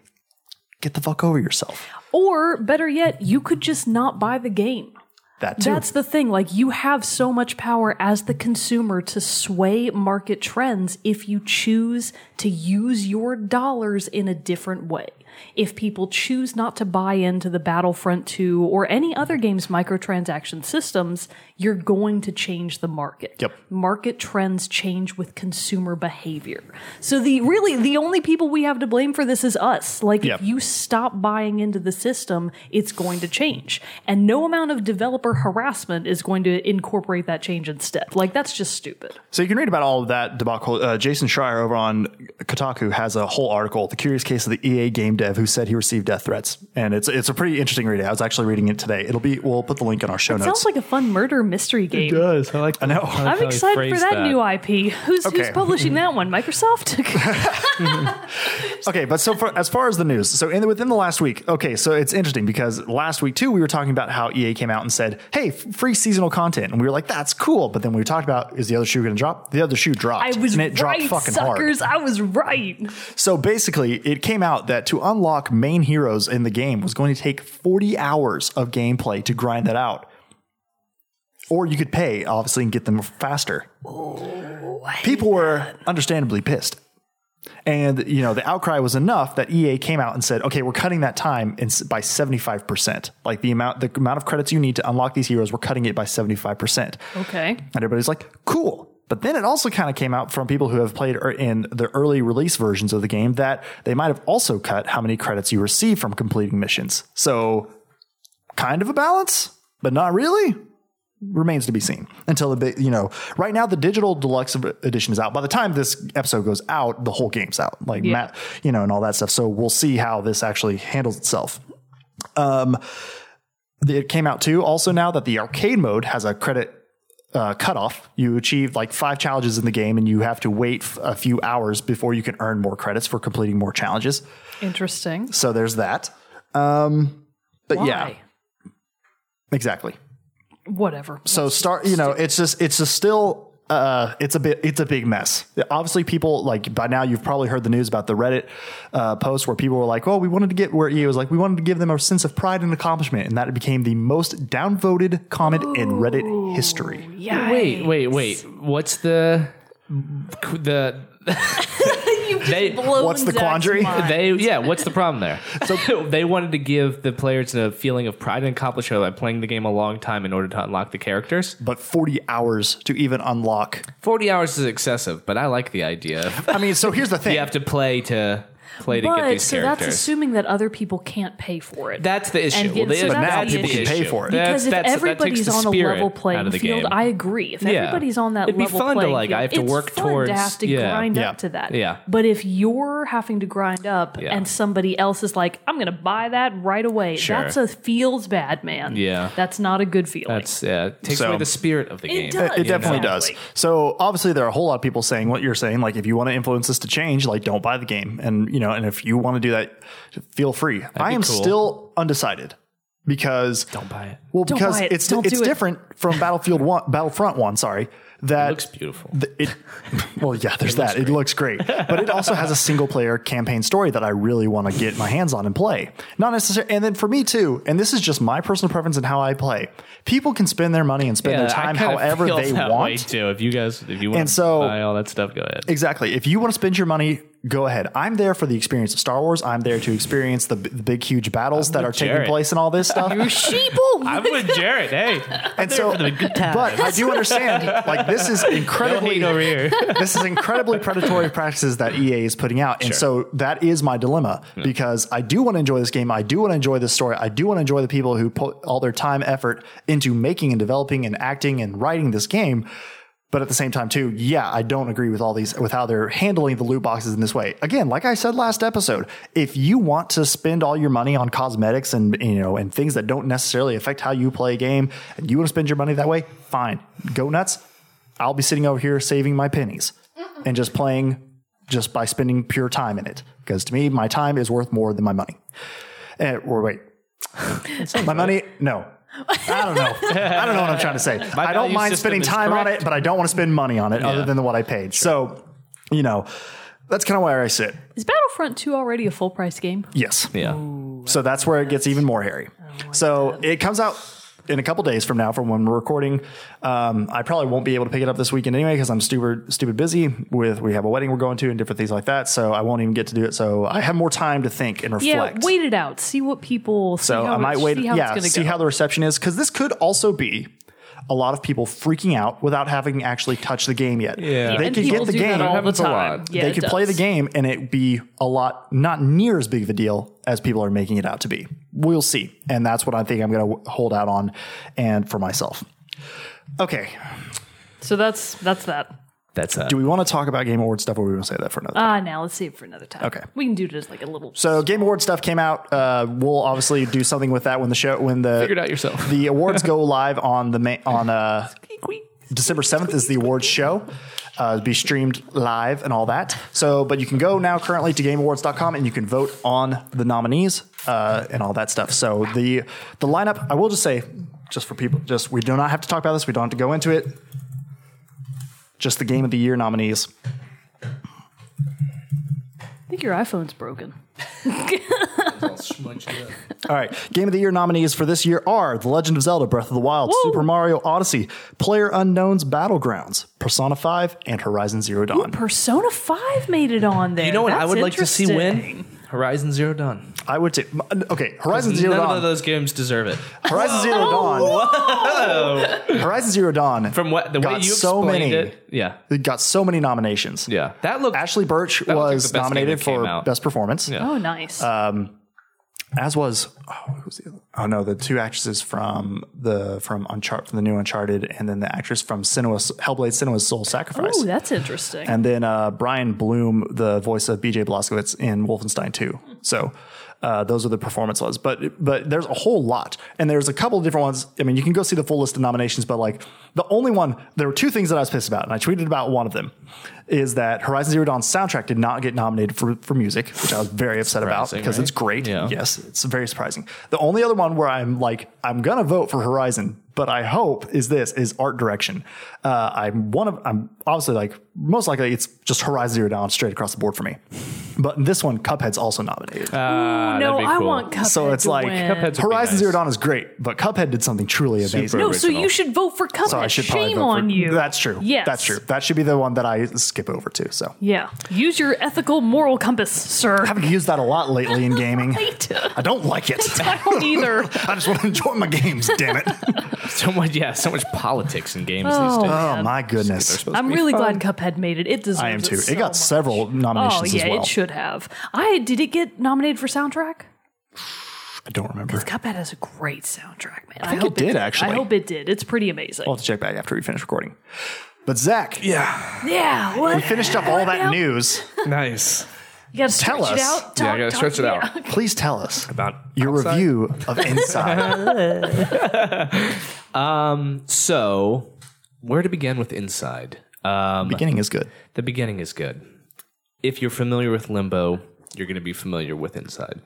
[SPEAKER 2] get the fuck over yourself
[SPEAKER 3] Or better yet, you could just not buy the game.
[SPEAKER 2] that too
[SPEAKER 3] That's the thing. Like, you have so much power as the consumer to sway market trends if you choose to use your dollars in a different way. If people choose not to buy into the Battlefront 2 or any other game's microtransaction systems, you're going to change the market.
[SPEAKER 2] Yep.
[SPEAKER 3] Market trends change with consumer behavior. So the really the only people we have to blame for this is us. Like
[SPEAKER 2] Yep.
[SPEAKER 3] if you stop buying into the system, it's going to change. And no amount of developer harassment is going to incorporate that change instead. Like that's just stupid.
[SPEAKER 2] So you can read about all of that debacle. Uh, Jason Schreier over on Kotaku has a whole article, "The Curious Case of the EA Game Dev Who Said He Received Death Threats," and it's it's a pretty interesting read. I was actually reading it today. It'll be we'll put the link in our show notes.
[SPEAKER 3] Sounds like a fun murder mystery game.
[SPEAKER 1] does. I like
[SPEAKER 2] I know.
[SPEAKER 3] I'm excited for
[SPEAKER 1] phrased
[SPEAKER 3] that,
[SPEAKER 1] that.
[SPEAKER 3] new IP. Who's who's
[SPEAKER 2] Okay.
[SPEAKER 3] publishing that one? Microsoft?
[SPEAKER 2] okay, but so far as far as the news, so in within the last week, okay, so it's interesting because last week too we were talking about how EA came out and said, "Hey, f- free seasonal content," and we were like, "That's cool," but then we talked about is the other shoe going to drop? The other shoe dropped,
[SPEAKER 3] I was
[SPEAKER 2] and it dropped
[SPEAKER 3] right,
[SPEAKER 2] fucking hard.
[SPEAKER 3] suckers. I was right.
[SPEAKER 2] So basically, it came out that to unlock main heroes in the game was going to take 40 hours of gameplay to grind that out. Or you could pay, obviously, and get them faster. People were understandably pissed. And, you know, the outcry was enough that EA came out and said, okay, we're cutting that time in, s- by 75%. Like the amount, the amount of credits you need to unlock these heroes, we're cutting it by 75%.
[SPEAKER 3] Okay.
[SPEAKER 2] And everybody's like, cool. But then it also kind of came out from people who have played er- in the early release versions of the game that they might have also cut how many credits you receive from completing missions. So, kind of a balance. but not really. Remains to be seen until the bit, you know. Right now, the digital deluxe edition is out. By the time this episode goes out, the whole game's out, like
[SPEAKER 3] Yeah.
[SPEAKER 2] Matt, you know, and all that stuff. So we'll see how this actually handles itself. Um, it came out too. Also, now that the arcade mode has a credit uh, cutoff, you achieve like five challenges in the game, and you have to wait f- a few hours before you can earn more credits for completing more challenges.
[SPEAKER 3] Interesting.
[SPEAKER 2] So there's that. Um, but yeah,
[SPEAKER 3] Why?
[SPEAKER 2] exactly.
[SPEAKER 3] Whatever.
[SPEAKER 2] So start, you know, it's just it's just still uh it's a bit it's a big mess. Obviously people like by now you've probably heard the news about the Reddit uh post where people were like, "Oh, we wanted to get where EA was like, we wanted to give them a sense of pride and accomplishment." And that became the most downvoted comment in Reddit history.
[SPEAKER 3] yeah.
[SPEAKER 1] Wait, wait, wait. What's the the they
[SPEAKER 2] What's the quandary?
[SPEAKER 1] they yeah? What's the problem there? So they wanted to give the players a feeling of pride and accomplishment by playing the game a long time in order to unlock the characters.
[SPEAKER 2] But 40 hours to even unlock.
[SPEAKER 1] Forty hours is excessive, but I like the idea. of-
[SPEAKER 2] I mean, so here's the thing.
[SPEAKER 1] you have to play to play to get
[SPEAKER 3] But
[SPEAKER 1] these
[SPEAKER 3] so
[SPEAKER 1] characters.
[SPEAKER 3] that's assuming that other people can't pay for it.
[SPEAKER 1] That's the issue.
[SPEAKER 3] And get- so
[SPEAKER 1] the-
[SPEAKER 3] But now
[SPEAKER 1] that's the
[SPEAKER 3] people can
[SPEAKER 2] pay
[SPEAKER 1] issue.
[SPEAKER 2] for it.
[SPEAKER 1] That's-
[SPEAKER 3] Because
[SPEAKER 1] that's-
[SPEAKER 3] if
[SPEAKER 1] that takes
[SPEAKER 3] everybody's
[SPEAKER 1] the
[SPEAKER 3] on a
[SPEAKER 1] spirit
[SPEAKER 3] level
[SPEAKER 1] out
[SPEAKER 3] playing
[SPEAKER 1] of the
[SPEAKER 3] field,
[SPEAKER 1] game.
[SPEAKER 3] I agree. If everybody's on that
[SPEAKER 1] It'd be
[SPEAKER 3] level
[SPEAKER 1] fun to,
[SPEAKER 3] playing
[SPEAKER 1] like, I
[SPEAKER 3] field,
[SPEAKER 1] have to
[SPEAKER 3] it's
[SPEAKER 1] work
[SPEAKER 3] fun
[SPEAKER 1] towards-
[SPEAKER 3] to have to
[SPEAKER 1] yeah.
[SPEAKER 3] grind
[SPEAKER 2] Yeah.
[SPEAKER 3] up to that.
[SPEAKER 1] Yeah.
[SPEAKER 3] But if you're having to grind up
[SPEAKER 1] Yeah.
[SPEAKER 3] and somebody else is like, "I'm going to buy that right away,"
[SPEAKER 1] Sure.
[SPEAKER 3] that's a feels bad, man.
[SPEAKER 1] Yeah.
[SPEAKER 3] that's not a good feeling.
[SPEAKER 1] That's yeah. It takes
[SPEAKER 2] So-
[SPEAKER 1] away the spirit of the game.
[SPEAKER 3] does.
[SPEAKER 2] It
[SPEAKER 3] you
[SPEAKER 2] definitely
[SPEAKER 3] know?
[SPEAKER 2] does. So obviously, there are a whole lot of people saying what you're saying. Like, if you want to influence this to change, like, don't buy the game, and you know, and if you want to do that, feel free. I am
[SPEAKER 1] cool.
[SPEAKER 2] still undecided because
[SPEAKER 1] Don't buy it.
[SPEAKER 2] well,
[SPEAKER 3] Don't
[SPEAKER 2] because
[SPEAKER 3] buy it.
[SPEAKER 2] it's
[SPEAKER 3] Don't
[SPEAKER 2] it's
[SPEAKER 3] do it.
[SPEAKER 2] different from Battlefield One, Battlefront One. Sorry, that
[SPEAKER 1] Looks beautiful.
[SPEAKER 2] th- it, well, yeah, there's that. it looks great, but it also has a single player campaign story that I really want to get my hands on and play. Not necessarily, and then for me too. And this is just my personal preference and how I play. People can spend their money and spend
[SPEAKER 1] Yeah,
[SPEAKER 2] their time
[SPEAKER 1] I kinda
[SPEAKER 2] however
[SPEAKER 1] feel
[SPEAKER 2] they
[SPEAKER 1] that
[SPEAKER 2] want.
[SPEAKER 1] Way too. If you guys, if you want
[SPEAKER 2] And so-
[SPEAKER 1] to buy all that stuff, go ahead.
[SPEAKER 2] Exactly. If you want to spend your money, go ahead. I'm there for the experience of Star Wars. I'm there to experience the, b- the big, huge battles that are taking
[SPEAKER 1] Jared.
[SPEAKER 2] place and all this stuff.
[SPEAKER 3] sheeple.
[SPEAKER 1] I'm with Jared. Hey,
[SPEAKER 2] and so, but I do understand. Like this is incredibly
[SPEAKER 1] hate over here.
[SPEAKER 2] this is incredibly predatory practices that EA is putting out, and so that is my dilemma because I do want to enjoy this game. I do want to enjoy this story. I do want to enjoy the people who put all their time, effort into making and developing and acting and writing this game. But at the same time, too, yeah, I don't agree with all these with how they're handling the loot boxes in this way. Again, like I said last episode, if you want to spend all your money on cosmetics and you know and things that don't necessarily affect how you play a game, and you want to spend your money that way, fine, go nuts. I'll be sitting over here saving my pennies and just playing just by spending pure time in it. Because to me, my time is worth more than my money. Eh, or wait, my money? No. I don't know. I don't know what I'm trying to say. I don't
[SPEAKER 1] value
[SPEAKER 2] mind
[SPEAKER 1] system
[SPEAKER 2] spending
[SPEAKER 1] is
[SPEAKER 2] time on it,
[SPEAKER 1] correct.
[SPEAKER 2] but I don't want to spend money on it other than what I paid. So, you know, that's kind of where I sit.
[SPEAKER 3] Is Battlefront 2 already a full price game?
[SPEAKER 2] Yes.
[SPEAKER 1] Yeah,
[SPEAKER 2] So that's where it gets even more hairy.
[SPEAKER 3] Oh
[SPEAKER 2] so it comes out in a couple days from now, from when we're recording. Um, I probably won't be able to pick it up this weekend anyway because I'm stupid, stupid busy with we have a wedding we're going to and different things like that. So I won't even get to do it. So I have more time to think and
[SPEAKER 3] Yeah,
[SPEAKER 2] reflect.
[SPEAKER 3] wait it out. See what people. See
[SPEAKER 2] So
[SPEAKER 3] how
[SPEAKER 2] I
[SPEAKER 3] it-
[SPEAKER 2] might wait.
[SPEAKER 3] See how
[SPEAKER 2] yeah,
[SPEAKER 3] it's
[SPEAKER 2] see
[SPEAKER 3] going to go.
[SPEAKER 2] how the reception is because this could also be a lot of people freaking out without having actually touched the game yet.
[SPEAKER 1] Yeah.
[SPEAKER 2] they
[SPEAKER 3] and
[SPEAKER 2] could
[SPEAKER 3] people
[SPEAKER 2] get the
[SPEAKER 3] do
[SPEAKER 2] game.
[SPEAKER 3] that all the
[SPEAKER 1] happens a lot.
[SPEAKER 3] time. Yeah,
[SPEAKER 2] they
[SPEAKER 3] it
[SPEAKER 2] could play the
[SPEAKER 3] does.
[SPEAKER 2] game and it be a lot not near as big of a deal as people are making it out to be. We'll see, and that's what I think I'm going to hold out on, and for myself. Okay,
[SPEAKER 3] So that's that's that.
[SPEAKER 1] that's a
[SPEAKER 2] do we want to talk about Game Award stuff, or we want to say that for another?
[SPEAKER 1] Uh,
[SPEAKER 2] time?
[SPEAKER 3] Ah, now let's save it for another time.
[SPEAKER 2] Okay.
[SPEAKER 3] we can do it as like a little.
[SPEAKER 2] so Game Award stuff came out. Uh, we'll obviously do something with that when the show when the
[SPEAKER 1] figure it out yourself.
[SPEAKER 2] the awards go live on the ma- on uh, December seventh is the awards show. Uh, it'll be streamed live and all that. So, but you can go now currently to GameAwards.com and you can vote on the nominees uh, and all that stuff. So the the lineup, I will just say, just for people, just we do not have to talk about this. We don't have to go into it. Just the game of the year nominees.
[SPEAKER 3] I think your iPhone's broken.
[SPEAKER 2] All right. Game of the Year nominees for this year are The Legend of Zelda Breath of the Wild,
[SPEAKER 3] Woo!
[SPEAKER 2] Super Mario Odyssey, Player Unknown's Battlegrounds, Persona 5, and Horizon Zero Dawn.
[SPEAKER 3] Persona Five made it on there.
[SPEAKER 1] You know what? I
[SPEAKER 3] That's
[SPEAKER 1] would like to see
[SPEAKER 3] interesting.
[SPEAKER 1] win Horizon Zero Dawn.
[SPEAKER 2] I would say, okay, Horizon Zero
[SPEAKER 1] None of
[SPEAKER 2] Dawn.
[SPEAKER 1] those games deserve it.
[SPEAKER 2] Horizon Zero Dawn. Horizon Zero Dawn.
[SPEAKER 1] From what the way
[SPEAKER 2] Got
[SPEAKER 1] you
[SPEAKER 2] so
[SPEAKER 1] explained
[SPEAKER 2] many.
[SPEAKER 1] it, yeah,
[SPEAKER 2] It got so many nominations.
[SPEAKER 1] yeah, that looked
[SPEAKER 2] Ashley Birch
[SPEAKER 1] looked like
[SPEAKER 2] was
[SPEAKER 1] the best game
[SPEAKER 2] nominated
[SPEAKER 1] that came
[SPEAKER 2] for
[SPEAKER 1] out.
[SPEAKER 2] Best Performance.
[SPEAKER 3] Oh, nice.
[SPEAKER 2] as was oh, who's the other? oh no the two actresses from the from Uncharted from the new Uncharted and then the actress from Senua's, Hellblade Senua's Soul Sacrifice
[SPEAKER 3] Oh, that's interesting.
[SPEAKER 2] and then uh, Brian Bloom, the voice of B.J. Blazkowicz in Wolfenstein 2. So uh, those are the performance ones, but but there's a whole lot, and there's a couple of different ones. I mean, you can go see the full list of nominations, but like the only one, there were two things that I was pissed about, and I tweeted about one of them, is that Horizon Zero Dawn's soundtrack did not get nominated for for music, which I was very upset about
[SPEAKER 1] Surprising,
[SPEAKER 2] because it's
[SPEAKER 1] right?
[SPEAKER 2] great.
[SPEAKER 1] Yeah.
[SPEAKER 2] Yes, it's very surprising. The only other one where I'm like, I'm gonna vote for Horizon, but I hope is this is art direction. Uh, I'm one of I'm obviously like most likely it's just Horizon Zero Dawn straight across the board for me. But this one, Cuphead's also nominated.
[SPEAKER 1] Ah,
[SPEAKER 3] no,
[SPEAKER 1] that'd be
[SPEAKER 3] I
[SPEAKER 1] cool.
[SPEAKER 3] want Uh, Cuphead.
[SPEAKER 2] so it's
[SPEAKER 3] to
[SPEAKER 2] like
[SPEAKER 3] win.
[SPEAKER 1] Cuphead's- would be
[SPEAKER 2] Horizon Zero
[SPEAKER 1] nice.
[SPEAKER 2] Dawn is great, but Cuphead did something truly amazing.
[SPEAKER 3] No, so
[SPEAKER 1] original.
[SPEAKER 3] you should vote for Cuphead.
[SPEAKER 2] So I should probably
[SPEAKER 3] Shame
[SPEAKER 2] vote for-
[SPEAKER 3] on you.
[SPEAKER 2] That's true.
[SPEAKER 3] Yes.
[SPEAKER 2] that's true. That should be the one that I skip over to. So
[SPEAKER 3] Yeah. Use your ethical moral compass, sir.
[SPEAKER 2] I haven't used that a lot lately in gaming.
[SPEAKER 3] Right.
[SPEAKER 2] I don't like it.
[SPEAKER 3] I don't either.
[SPEAKER 2] I just want to enjoy my games. Damn it.
[SPEAKER 1] so much. Yeah, so much politics in games
[SPEAKER 3] Oh.
[SPEAKER 1] these days.
[SPEAKER 2] Oh my goodness.
[SPEAKER 3] I'm really glad Cuphead made it. It deserves
[SPEAKER 2] I am too. It,
[SPEAKER 3] so
[SPEAKER 2] got
[SPEAKER 3] much.
[SPEAKER 2] several
[SPEAKER 3] Oh
[SPEAKER 2] nominations
[SPEAKER 3] yeah,
[SPEAKER 2] as well.
[SPEAKER 3] it should have. I did it get nominated for soundtrack?
[SPEAKER 2] I don't remember.
[SPEAKER 3] Cuphead has a great soundtrack, man. I,
[SPEAKER 2] think
[SPEAKER 3] hope
[SPEAKER 2] it did, actually.
[SPEAKER 3] I hope it did. It's pretty amazing.
[SPEAKER 2] I'll have to check back after we finish recording. But Zach,
[SPEAKER 3] yeah. What?
[SPEAKER 2] we finished up all that
[SPEAKER 3] now?
[SPEAKER 2] news.
[SPEAKER 1] Nice.
[SPEAKER 3] You gotta stretch
[SPEAKER 2] Tell
[SPEAKER 3] it
[SPEAKER 2] us.
[SPEAKER 3] out.
[SPEAKER 4] Yeah, I
[SPEAKER 3] Talk-
[SPEAKER 4] gotta
[SPEAKER 3] talk-
[SPEAKER 4] stretch it out.
[SPEAKER 3] yeah.
[SPEAKER 2] Please tell us
[SPEAKER 1] About
[SPEAKER 2] your
[SPEAKER 1] outside.
[SPEAKER 2] review of Inside.
[SPEAKER 1] So, where to begin with Inside? Um,
[SPEAKER 2] Beginning is good.
[SPEAKER 1] the beginning is good. If you're familiar with Limbo, you're going to be familiar with Inside.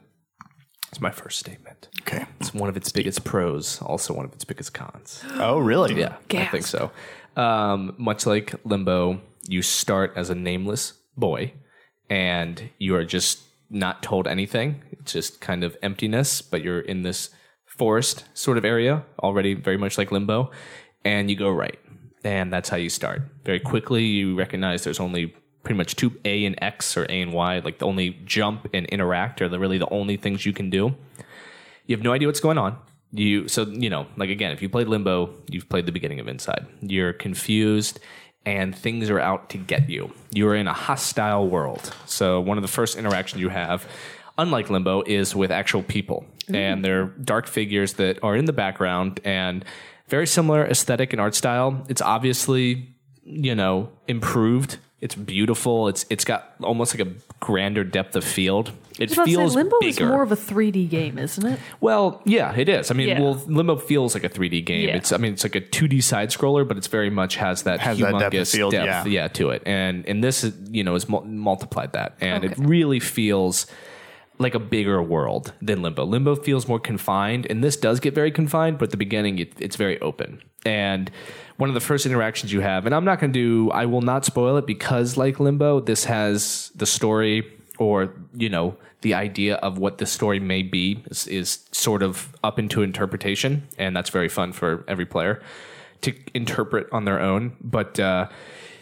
[SPEAKER 1] It's my first statement.
[SPEAKER 2] Okay.
[SPEAKER 1] It's one of its biggest pros, also one of its biggest cons.
[SPEAKER 2] Oh, really?
[SPEAKER 1] Yeah, I think
[SPEAKER 3] Gasp.
[SPEAKER 1] so. Um, much like Limbo, you start as a nameless boy, and you are just not told anything. It's just kind of emptiness, but you're in this forest sort of area already, very much like Limbo, and you go right, and that's how you start. Very quickly, you recognize there's only pretty much two A and X or A and Y. Like the only jump and interact are the, really the only things you can do you have no idea what's going on you so you know like again if you played limbo you've played the beginning of inside you're confused and things are out to get you you're in a hostile world so one of the first interactions you have unlike limbo is with actual people
[SPEAKER 3] Mm-hmm.
[SPEAKER 1] and they're dark figures that are in the background and very similar aesthetic and art style it's obviously you know improved it's beautiful it's it's got almost like a grander depth of field it
[SPEAKER 3] I was about to say,
[SPEAKER 1] feels
[SPEAKER 3] Limbo is
[SPEAKER 1] bigger.
[SPEAKER 3] more of a 3D game, isn't it?
[SPEAKER 1] Well, yeah, it is. I mean,
[SPEAKER 3] Yeah.
[SPEAKER 1] well, Limbo feels like a 3D game.
[SPEAKER 3] Yeah.
[SPEAKER 1] It's, I mean, it's like a 2D side scroller, but it's very much has that
[SPEAKER 2] Has that
[SPEAKER 1] humongous
[SPEAKER 2] depth of
[SPEAKER 1] depth,
[SPEAKER 2] field, yeah.
[SPEAKER 1] yeah. to it. And and this, is, you know, is mul- multiplied that, and it really feels like a bigger world than Limbo. Limbo feels more confined, and this does get very confined, but at the beginning, it, it's very open. And one of the first interactions you have, and I'm not going to do, I will not spoil it because, like Limbo, this has the story or, you know, the idea of what the story may be is, is sort of up into interpretation, and that's very fun for every player to interpret on their own. But, uh,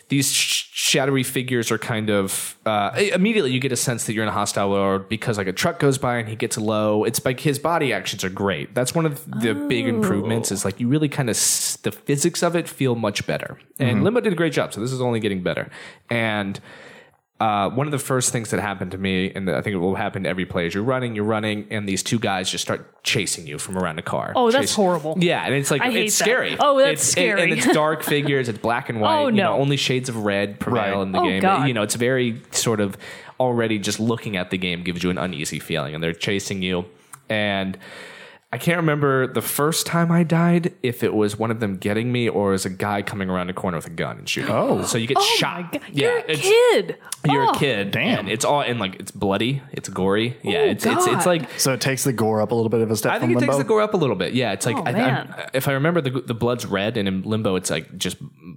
[SPEAKER 1] these sh- shadowy figures are kind of uh, i- immediately you get a sense that you're in a hostile world because like a truck goes by and he gets low it's like his body actions are great that's one of the
[SPEAKER 3] Oh.
[SPEAKER 1] big improvements is like you really kind of s- the physics of it feel much better and limbo did a great job so this is only getting better and uh, one of the first things that happened to me, and I think it will happen to every player, is you're running, you're running, and these two guys just start chasing you from around a car.
[SPEAKER 3] Oh, that's
[SPEAKER 1] Chase-
[SPEAKER 3] horrible.
[SPEAKER 1] Yeah, and it's like
[SPEAKER 3] I hate
[SPEAKER 1] it's
[SPEAKER 3] that.
[SPEAKER 1] scary.
[SPEAKER 3] Oh, that's
[SPEAKER 1] It's-
[SPEAKER 3] scary.
[SPEAKER 1] and- and it's dark figures. It's black and white.
[SPEAKER 3] Oh,
[SPEAKER 1] you know,
[SPEAKER 3] no.
[SPEAKER 1] only shades of red prevail
[SPEAKER 2] Right.
[SPEAKER 1] in the
[SPEAKER 3] Oh,
[SPEAKER 1] game.
[SPEAKER 3] God.
[SPEAKER 1] You know, it's very sort of already just looking at the game gives you an uneasy feeling, and they're chasing you. And I can't remember the first time I died if it was one of them getting me or as a guy coming around a corner with a gun and shooting. Oh, so you get
[SPEAKER 3] Oh
[SPEAKER 1] shot.
[SPEAKER 3] my god,
[SPEAKER 1] Yeah,
[SPEAKER 3] you're a
[SPEAKER 1] it's-
[SPEAKER 3] kid.
[SPEAKER 1] you're
[SPEAKER 3] oh,
[SPEAKER 1] a kid.
[SPEAKER 2] damn.
[SPEAKER 1] and it's all and like it's bloody, it's gory. Yeah,
[SPEAKER 3] Oh,
[SPEAKER 1] it's it's it's
[SPEAKER 3] God.
[SPEAKER 1] like
[SPEAKER 2] So it takes the gore up a little bit of a step
[SPEAKER 1] I
[SPEAKER 2] from
[SPEAKER 1] think it
[SPEAKER 2] Limbo.
[SPEAKER 1] takes the gore up a little bit. Yeah, it's like
[SPEAKER 3] Oh,
[SPEAKER 1] I, I'm-
[SPEAKER 3] man.
[SPEAKER 1] if I remember the the blood's red, and in Limbo it's like just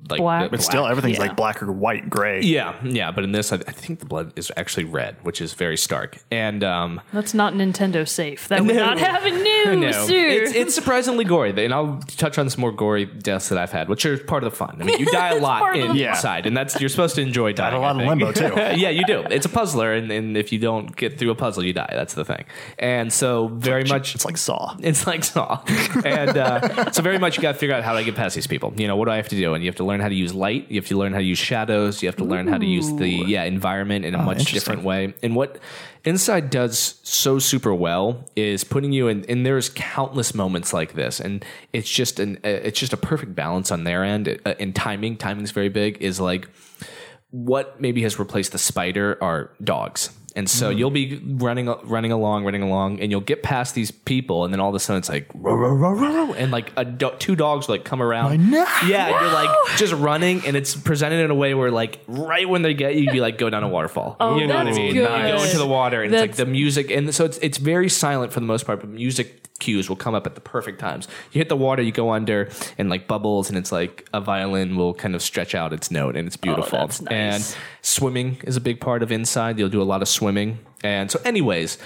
[SPEAKER 1] like
[SPEAKER 3] Black.
[SPEAKER 1] the
[SPEAKER 3] But
[SPEAKER 2] But still, everything's
[SPEAKER 3] Yeah.
[SPEAKER 2] like black or white, gray.
[SPEAKER 1] Yeah, yeah, but in this, I, I think the blood is actually red, which is very stark. And um,
[SPEAKER 3] That's not Nintendo safe. That would
[SPEAKER 1] No.
[SPEAKER 3] not happen. No,
[SPEAKER 1] no,
[SPEAKER 3] sir.
[SPEAKER 1] it's, it's surprisingly gory, and I'll touch on some more gory deaths that I've had, which are part of the fun. I mean, you die a
[SPEAKER 3] It's
[SPEAKER 1] lot
[SPEAKER 3] part of
[SPEAKER 1] in,
[SPEAKER 3] the
[SPEAKER 2] fun.
[SPEAKER 1] inside, and that's you're supposed to enjoy dying.
[SPEAKER 2] Got a lot
[SPEAKER 1] I
[SPEAKER 2] of
[SPEAKER 1] think.
[SPEAKER 2] Limbo, too.
[SPEAKER 1] yeah, you do. It's a puzzler, and, and if you don't get through a puzzle, you die. That's the thing. And so, very much,
[SPEAKER 2] It's like Saw.
[SPEAKER 1] It's like Saw. and uh, so very much you got to figure out how do I get past these people. You know, what do I have to do? And you have to learn learn how to use light. You have to learn how to use shadows. You have to learn how to use the yeah environment in a much
[SPEAKER 2] interesting.
[SPEAKER 1] different way. And what Inside does so super well is putting you in. And there's countless moments like this, and it's just an uh, it's just a perfect balance on their end. Uh, and timing, timing's very big. Is like what maybe has replaced the spider are dogs. And so you'll be running, running along, running along, and you'll get past these people, and then all of a sudden it's like, "Row, row, row, row, row," and like a do- two dogs like come around.
[SPEAKER 2] I know.
[SPEAKER 1] Yeah, and you're like just running, and it's presented in a way where like right when they get you, you like go down a waterfall.
[SPEAKER 3] Oh,
[SPEAKER 1] you know what I
[SPEAKER 3] that's
[SPEAKER 1] mean?
[SPEAKER 3] good.
[SPEAKER 1] You go into the water, and it's
[SPEAKER 3] That's-
[SPEAKER 1] like the music, and so it's it's very silent for the most part, but music cues will come up at the perfect times. You hit the water, you go under, and like bubbles, and it's like a violin will kind of stretch out its note, and it's beautiful.
[SPEAKER 3] Oh, that's nice.
[SPEAKER 1] And swimming is a big part of inside. You'll do a lot of swimming, and so anyways.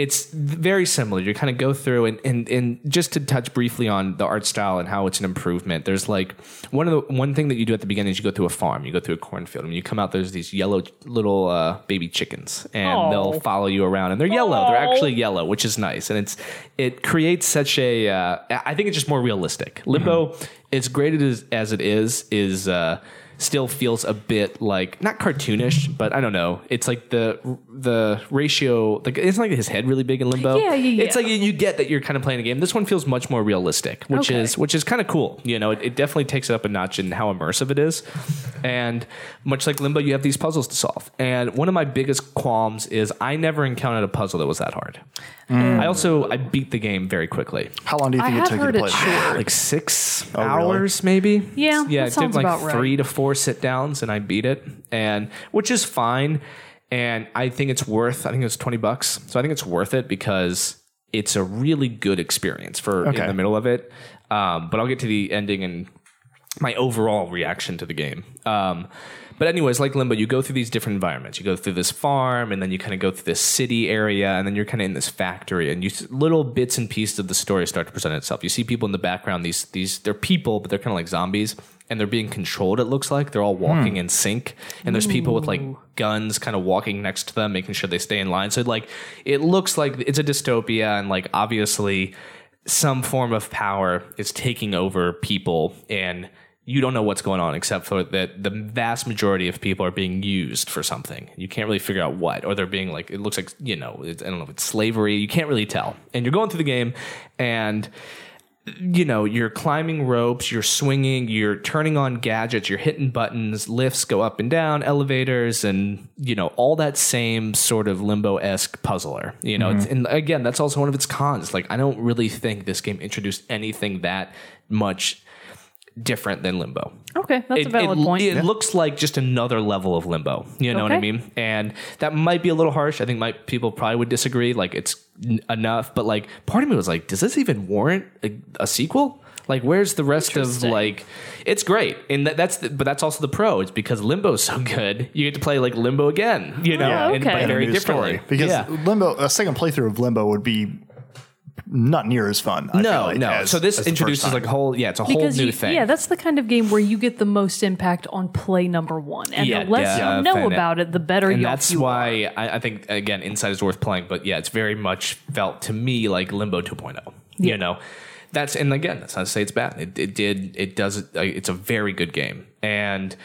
[SPEAKER 1] It's very similar. You kind of go through and, and, and just to touch briefly on the art style and how it's an improvement. There's like one of the one thing that you do at the beginning is you go through a farm, you go through a cornfield, and you come out. There's these yellow little uh, baby chickens, and
[SPEAKER 3] Aw.
[SPEAKER 1] they'll follow you around, and they're yellow. They're
[SPEAKER 3] Aw.
[SPEAKER 1] actually yellow, which is nice, and it's it creates such a. Uh, I think it's just more realistic.
[SPEAKER 3] Mm-hmm.
[SPEAKER 1] Limbo, as great as as it is, is uh, still feels a bit like not cartoonish, but I don't know. It's like the the ratio. Like it's like his head really big in Limbo.
[SPEAKER 3] Yeah, yeah,
[SPEAKER 1] It's
[SPEAKER 3] yeah.
[SPEAKER 1] like you- you get that you're kind of playing a game. This one feels much more realistic, which
[SPEAKER 3] Okay.
[SPEAKER 1] is which is kind of cool. You know, it, it definitely takes it up a notch in how immersive it is. And much like Limbo, you have these puzzles to solve. And one of my biggest qualms is I never encountered a puzzle that was that hard. I also I beat the game very quickly,
[SPEAKER 2] How long do you
[SPEAKER 3] I
[SPEAKER 2] think it
[SPEAKER 3] have
[SPEAKER 2] took you
[SPEAKER 3] heard
[SPEAKER 2] to
[SPEAKER 3] it
[SPEAKER 2] play? this?
[SPEAKER 3] short.
[SPEAKER 1] like six
[SPEAKER 2] really?
[SPEAKER 1] hours maybe.
[SPEAKER 3] Yeah,
[SPEAKER 1] yeah,
[SPEAKER 3] that
[SPEAKER 1] it
[SPEAKER 3] sounds
[SPEAKER 1] did like
[SPEAKER 3] about right.
[SPEAKER 1] three to four sit downs, and I beat it, and which is fine. And I think it's worth. I think it was twenty bucks, so I think it's worth it because it's a really good experience for
[SPEAKER 2] Okay.
[SPEAKER 1] in the middle of it. Um, but I'll get to the ending and my overall reaction to the game. Um, but anyways, like Limbo, you go through these different environments. You go through this farm, and then you kind of go through this city area, and then you're kind of in this factory, and you s- little bits and pieces of the story start to present itself. You see people in the background. These these they're people, but they're kind of like zombies, and they're being controlled. It looks like they're all walking in sync, and there's people with like guns, kind of walking next to them, making sure they stay in line. So like it looks like it's a dystopia, and like obviously some form of power is taking over people and you don't know what's going on except for that the vast majority of people are being used for something you can't really figure out what or they're being like it looks like you know it's, i don't know if it's slavery you can't really tell and you're going through the game and you know, you're climbing ropes, you're swinging, you're turning on gadgets, you're hitting buttons, lifts go up and down, elevators, and you know all that same sort of limbo esque puzzler. You know, it's, and again, that's also one of its cons. Like, I don't really think this game introduced anything that much different than limbo.
[SPEAKER 3] Okay, that's a valid
[SPEAKER 1] it,
[SPEAKER 3] point.
[SPEAKER 1] It looks like just another level of limbo. You know what I
[SPEAKER 3] Okay.
[SPEAKER 1] mean? And that might be a little harsh. I think my people probably would disagree. Like it's n- enough, but like part of me was like, does this even warrant a, a sequel? Like where's the rest of like? It's great, and that, that's the, but that's also the pro. It's because Limbo's so good, you get to play like Limbo again. You know,
[SPEAKER 3] Yeah,
[SPEAKER 1] and,
[SPEAKER 3] okay.
[SPEAKER 1] but
[SPEAKER 3] And a
[SPEAKER 1] very
[SPEAKER 2] new
[SPEAKER 1] differently
[SPEAKER 2] story. Because
[SPEAKER 1] Yeah.
[SPEAKER 2] Limbo, a second playthrough of Limbo would be not near as fun. I feel
[SPEAKER 1] No,
[SPEAKER 2] like,
[SPEAKER 1] no.
[SPEAKER 2] as-
[SPEAKER 1] so this
[SPEAKER 2] as the first
[SPEAKER 1] introduces
[SPEAKER 2] time.
[SPEAKER 1] like a whole, yeah, it's a whole
[SPEAKER 3] because
[SPEAKER 1] new
[SPEAKER 3] you,
[SPEAKER 1] thing.
[SPEAKER 3] yeah, that's the kind of game where you get the most impact on play number one, and
[SPEAKER 1] Yeah,
[SPEAKER 3] the less you know
[SPEAKER 1] definite.
[SPEAKER 3] about it, the better.
[SPEAKER 1] and
[SPEAKER 3] you
[SPEAKER 1] that's
[SPEAKER 3] you are.
[SPEAKER 1] why I, I think again inside is worth playing but yeah it's very much felt to me like limbo 2.0
[SPEAKER 3] Yeah.
[SPEAKER 1] you know that's and again that's not to say it's bad it, it did it does uh, it's a very good game and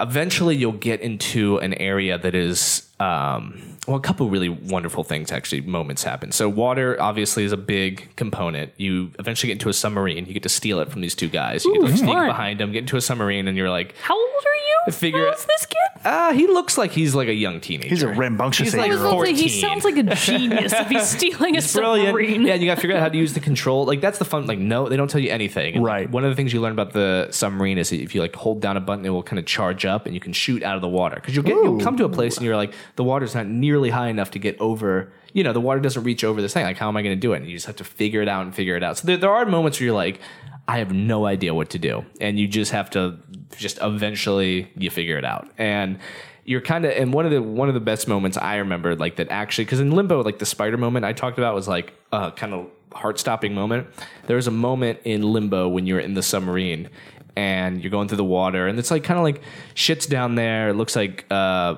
[SPEAKER 1] eventually you'll get into an area that is um, well a couple really wonderful things actually moments happen so water obviously is a big component you eventually get into a submarine you get to steal it from these two guys you get to like, sneak
[SPEAKER 3] fun.
[SPEAKER 1] behind them get into a submarine and you're like
[SPEAKER 3] How old are you?
[SPEAKER 1] Figure
[SPEAKER 3] How
[SPEAKER 1] it-
[SPEAKER 3] old's this kid?
[SPEAKER 1] ah he looks like he's like a young teenager
[SPEAKER 2] He's a rambunctious
[SPEAKER 1] like
[SPEAKER 2] eight year old.
[SPEAKER 1] four-
[SPEAKER 3] He
[SPEAKER 1] 14.
[SPEAKER 3] sounds like a genius if he's stealing a submarine.
[SPEAKER 1] Yeah, and you got to figure out how to use the control. Like that's the fun. Like no, they don't tell you anything. And, like,
[SPEAKER 2] Right.
[SPEAKER 1] One of the things you learn about the submarine is that if you like hold down a button, it will kind of charge up, and you can shoot out of the water because you'll get you'll come to a place and you're like the water's not nearly high enough to get over. You know, the water doesn't reach over this thing. Like how am I going to do it? And you just have to figure it out and figure it out. So there, there are moments where you're like. I have no idea what to do, and you just have to just eventually you figure it out. And you're kind of and one of the one of the best moments I remember like that actually because in Limbo like the spider moment I talked about was like uh, kind of heart stopping moment. There was a moment in Limbo when you're in the submarine and you're going through the water and it's like kind of like shit's down there. It looks like uh,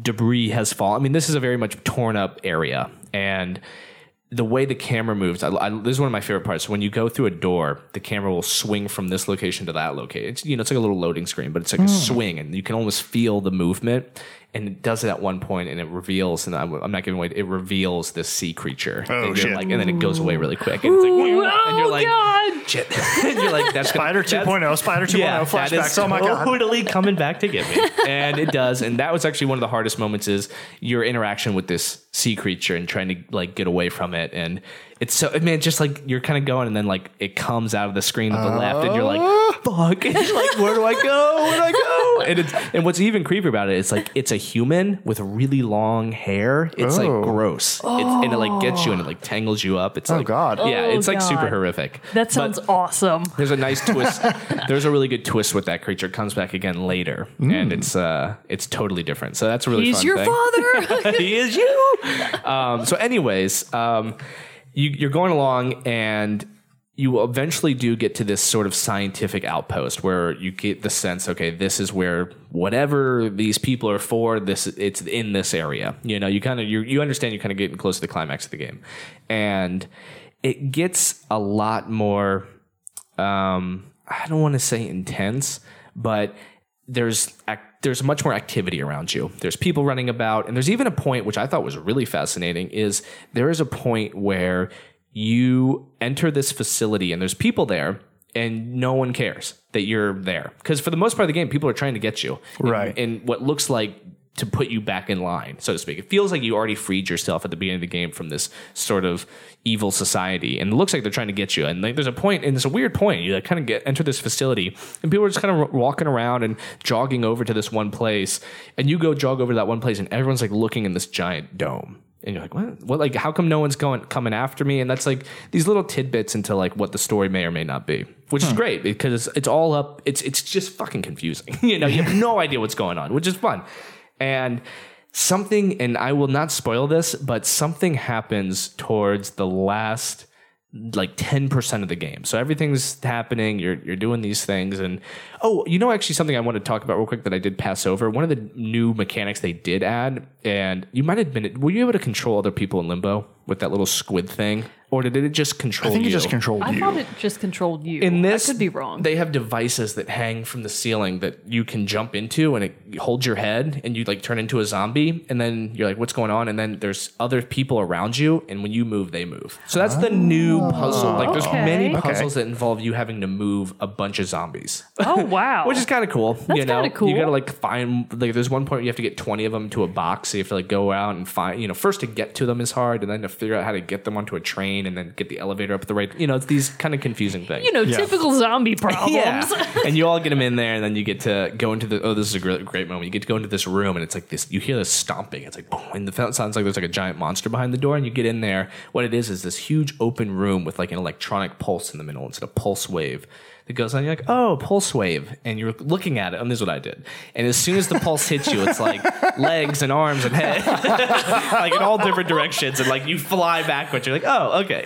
[SPEAKER 1] debris has fallen. I mean this is a very much torn up area and the way the camera moves, I, I, this is one of my favorite parts. When you go through a door, the camera will swing from this location to that location. It's, you know, it's like a little loading screen, but it's like a swing, and you can almost feel the movement. And it does it at one point, and it reveals, and I'm, I'm not giving away, it reveals this sea creature.
[SPEAKER 2] Oh,
[SPEAKER 1] and you're
[SPEAKER 2] shit.
[SPEAKER 1] Like, and then it goes away really quick. And it's like, and you're
[SPEAKER 3] oh,
[SPEAKER 1] like,
[SPEAKER 3] God.
[SPEAKER 1] shit. and you're like, that's
[SPEAKER 2] Spider 2.0, Spider 2.0
[SPEAKER 1] that is
[SPEAKER 2] flashbacks. Oh my god.
[SPEAKER 1] totally coming back to get me. and it does. And that was actually one of the hardest moments is your interaction with this sea creature and trying to like get away from it. And it's so I mean, it's just like you're kind of going, and then like it comes out of the screen to the left, and you're like,
[SPEAKER 2] Oh.
[SPEAKER 1] "Fuck!" It's like, where do I go? Where do I go? And it's and what's even creepier about it, it's like it's a human with really long hair. It's
[SPEAKER 2] Oh.
[SPEAKER 1] like gross. It's, and it like gets you and it like tangles you up. It's
[SPEAKER 2] Oh,
[SPEAKER 1] like
[SPEAKER 2] God.
[SPEAKER 1] yeah,
[SPEAKER 3] Oh,
[SPEAKER 1] it's like super
[SPEAKER 3] God.
[SPEAKER 1] horrific.
[SPEAKER 3] That
[SPEAKER 1] But-
[SPEAKER 3] sounds awesome.
[SPEAKER 1] there's a nice twist. There's a really good twist with that creature. It comes back again later, and it's uh, it's totally different. So that's a really
[SPEAKER 3] He's
[SPEAKER 1] fun
[SPEAKER 3] your
[SPEAKER 1] thing.
[SPEAKER 3] father.
[SPEAKER 1] he is you. Um, so, anyways, um, you, you're going along, and you eventually do get to this sort of scientific outpost where you get the sense, okay, this is where whatever these people are for. This it's in this area. You know, you kind of you you understand. You kind of getting close to the climax of the game, and it gets a lot more um, I don't want to say intense, but there's ac- there's much more activity around you. There's people running about, and there's even a point which I thought was really fascinating. Is there is a point where you enter this facility and there's people there, and no one cares that you're there because for the most part of the game, people are trying to get you,
[SPEAKER 2] Right.
[SPEAKER 1] In, in what looks like to put you back in line, so to speak. It feels like you already freed yourself at the beginning of the game from this sort of evil society, and it looks like they're trying to get you. And like, there's a point, and it's a weird point. You like, kind of get enter this facility, and people are just kind of walking around and jogging over to this one place, and you go jog over to that one place, and everyone's like looking in this giant dome. And you're like, what? What? Like, how come no one's going coming after me? And that's like these little tidbits into like what the story may or may not be, which is great because it's all up. It's it's just fucking confusing. you know, you have no idea what's going on, which is fun and something and i will not spoil this but something happens towards the last like 10% of the game so everything's happening you're, you're doing these things and oh you know actually something i want to talk about real quick that i did pass over one of the new mechanics they did add and you might have been were you able to control other people in limbo with that little squid thing or did it just control
[SPEAKER 2] I think
[SPEAKER 1] you
[SPEAKER 2] it just controlled
[SPEAKER 3] I
[SPEAKER 2] you.
[SPEAKER 3] thought it just controlled you.
[SPEAKER 1] in this
[SPEAKER 3] I could be wrong.
[SPEAKER 1] They have devices that hang from the ceiling that you can jump into and it holds your head and you like turn into a zombie and then you're like what's going on and then there's other people around you and when you move they move. So that's the new puzzle. Like there's
[SPEAKER 3] Oh. Okay.
[SPEAKER 1] many
[SPEAKER 3] Okay.
[SPEAKER 1] puzzles that involve you having to move a bunch of zombies.
[SPEAKER 3] oh wow!
[SPEAKER 1] Which is kind of cool. you know,
[SPEAKER 3] kinda cool.
[SPEAKER 1] you gotta like find like there's one point you have to get 20 of them to a box. So you have to like go out and find you know first to get to them is hard, and then to figure out how to get them onto a train, and then get the elevator up the right. You know, it's these kind of confusing things.
[SPEAKER 3] you know typical zombie problems.
[SPEAKER 1] Yeah. and you all get them in there, and then you get to go into the. Oh, this is a great, great moment. You get to go into this room, and it's like this. You hear this stomping. It's like boom, and the it sounds like there's like a giant monster behind the door, and you get in there. What it is is this huge open room with like an electronic pulse in the middle. It's a pulse wave that goes on. You're like, oh, pulse wave, and you're looking at it. And this is what I did. And as soon as the pulse hits you, it's like legs and arms and head, like in all different directions, and like you fly backwards. You're like, oh, okay.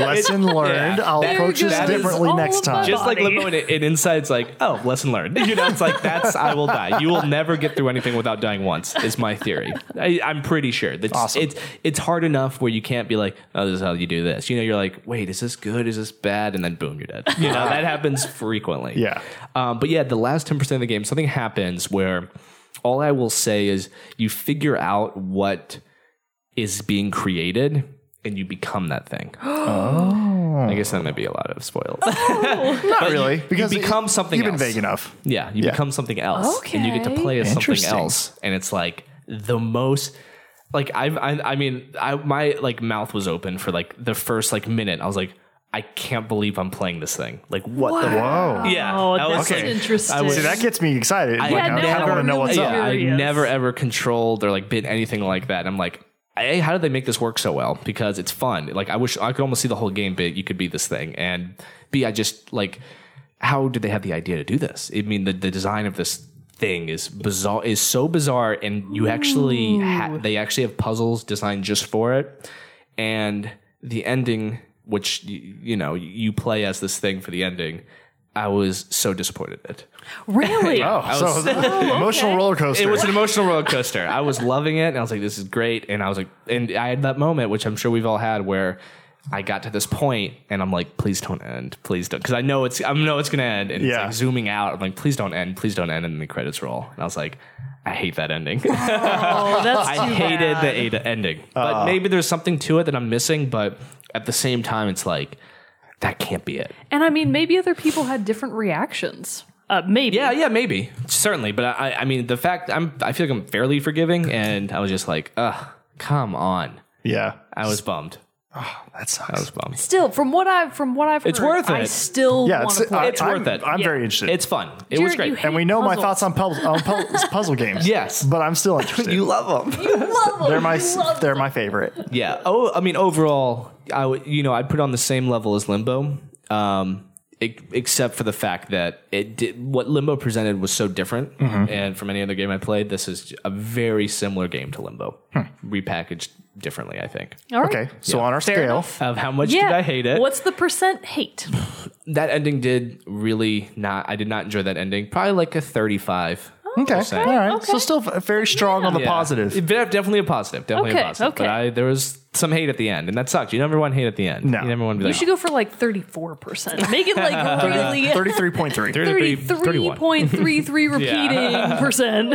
[SPEAKER 2] Lesson learned. I'll
[SPEAKER 1] That-
[SPEAKER 2] approach this
[SPEAKER 1] that is
[SPEAKER 2] differently
[SPEAKER 3] all
[SPEAKER 2] next
[SPEAKER 3] of my
[SPEAKER 2] time.
[SPEAKER 3] body.
[SPEAKER 1] just like
[SPEAKER 3] body.
[SPEAKER 1] Limbo and, and Inside's like, oh, lesson learned. You know, it's like that's I will die. You will never get through anything without dying once. Is my theory. I, I'm pretty sure that's
[SPEAKER 2] Awesome.
[SPEAKER 1] It's it's hard enough where you can't be like, oh, this is how you do this. You know, you're like, wait, is this good? Is this bad? And then boom, you're dead. You know, that happens frequently.
[SPEAKER 2] Yeah.
[SPEAKER 1] Um, but yeah, the last 10% of the game, something happens where all I will say is you figure out what is being created and you become that thing. Oh. I guess that might be a lot of spoils.
[SPEAKER 3] Oh.
[SPEAKER 2] Not really. Because it-
[SPEAKER 1] become something
[SPEAKER 2] You've been
[SPEAKER 1] else.
[SPEAKER 2] vague enough.
[SPEAKER 1] Yeah, you
[SPEAKER 2] Yeah.
[SPEAKER 1] become something else, and you get to
[SPEAKER 3] Okay.
[SPEAKER 1] play as something
[SPEAKER 2] Interesting.
[SPEAKER 1] else, and it's like the most. Like I, I, I mean, I my like mouth was open for like the first like minute. I was like, I can't believe I'm playing this thing. Like what the
[SPEAKER 2] Whoa.
[SPEAKER 1] yeah?
[SPEAKER 3] Oh,
[SPEAKER 1] I
[SPEAKER 3] that's
[SPEAKER 1] was
[SPEAKER 2] okay.
[SPEAKER 3] interesting.
[SPEAKER 1] I was-
[SPEAKER 2] See, that gets me excited. Like, I,
[SPEAKER 1] yeah,
[SPEAKER 2] kind
[SPEAKER 1] now
[SPEAKER 2] of want to
[SPEAKER 1] I'm
[SPEAKER 2] know what's
[SPEAKER 3] really-
[SPEAKER 2] up.
[SPEAKER 1] yeah, I
[SPEAKER 3] Curious.
[SPEAKER 1] never ever controlled or like been anything like that. I'm like, hey, how did they make this work so well? Because it's fun. Like I wish I could almost see the whole game, but you could be this thing. And B, I just like, how did they have the idea to do this? I mean, the, the design of this thing is bizarre, is so bizarre, and you actually ha- they actually have puzzles designed just for it, and the ending, which you, you know you play as this thing for the ending. I was so disappointed. in it.
[SPEAKER 3] Really?
[SPEAKER 1] I was-
[SPEAKER 2] Oh, So emotional roller coaster.
[SPEAKER 1] it was an emotional roller coaster. I was loving it, and I was like, "This is great." And I was like, and I had that moment, which I'm sure we've all had, where I got to this point, and I'm like, "Please don't end, please don't," because I know it's, I know it's gonna end, and
[SPEAKER 2] Yeah.
[SPEAKER 1] it's like zooming out. I'm like, "Please don't end, please don't end," and then the credits roll, and I was like, "I hate that ending.
[SPEAKER 3] Oh, that's
[SPEAKER 1] I
[SPEAKER 3] too
[SPEAKER 1] hated
[SPEAKER 3] bad.
[SPEAKER 1] the Ada ending." But maybe there's something to it that I'm missing, but at the same time, it's like that can't be it.
[SPEAKER 3] And I mean, maybe other people had different reactions. Uh, maybe.
[SPEAKER 1] Yeah, yeah, maybe, certainly. But I, I mean, the fact I'm, I feel like I'm fairly forgiving, and I was just like, ugh, come on.
[SPEAKER 2] yeah,
[SPEAKER 1] I was bummed.
[SPEAKER 2] that
[SPEAKER 1] I
[SPEAKER 2] sucks.
[SPEAKER 1] was bummed.
[SPEAKER 3] Still, from what I've from what I've
[SPEAKER 1] It's
[SPEAKER 3] heard,
[SPEAKER 1] worth
[SPEAKER 3] I
[SPEAKER 1] it.
[SPEAKER 3] still
[SPEAKER 2] Yeah,
[SPEAKER 3] want
[SPEAKER 2] it's,
[SPEAKER 3] to play.
[SPEAKER 1] it's
[SPEAKER 2] I,
[SPEAKER 1] worth
[SPEAKER 2] am
[SPEAKER 1] it.
[SPEAKER 2] I'm
[SPEAKER 3] Yeah.
[SPEAKER 2] very interested.
[SPEAKER 1] It's fun. It was
[SPEAKER 3] Jared,
[SPEAKER 1] great.
[SPEAKER 3] you hate
[SPEAKER 2] and we know my
[SPEAKER 3] puzzles.
[SPEAKER 2] thoughts on puzzle, on puzzle, puzzle games.
[SPEAKER 1] Yes.
[SPEAKER 2] but I'm still interested.
[SPEAKER 1] love them.
[SPEAKER 3] Love 'em.
[SPEAKER 2] they're my
[SPEAKER 3] You love
[SPEAKER 2] they're my favorite.
[SPEAKER 1] yeah. Oh, I mean, overall, I would, you know, I'd put it on the same level as Limbo, um, e- except for the fact that it did, what Limbo presented was so different, and from any other game I played, this is a very similar game to Limbo, repackaged differently. I think.
[SPEAKER 3] All right.
[SPEAKER 2] Okay, so on our scale,
[SPEAKER 3] enough.
[SPEAKER 1] Of how much
[SPEAKER 3] Yeah.
[SPEAKER 1] did I hate it?
[SPEAKER 3] What's the percent hate?
[SPEAKER 1] that ending did really not i did not enjoy that ending probably like a 35
[SPEAKER 3] Oh.
[SPEAKER 2] okay,
[SPEAKER 1] percent.
[SPEAKER 2] all right.
[SPEAKER 3] okay.
[SPEAKER 2] So still f- very strong on the
[SPEAKER 1] Yeah.
[SPEAKER 2] positive.
[SPEAKER 1] It- definitely a positive definitely
[SPEAKER 3] Okay,
[SPEAKER 1] a positive
[SPEAKER 3] okay.
[SPEAKER 1] but I, there was some hate at the end and that sucked you never want hate at the end
[SPEAKER 2] No.
[SPEAKER 1] you never want to be
[SPEAKER 3] You
[SPEAKER 1] like
[SPEAKER 3] should go for like thirty four percent. Make it like really
[SPEAKER 2] Thirty three point three.
[SPEAKER 1] "Thirty- thirty- 31."
[SPEAKER 3] 33.33 repeating percent.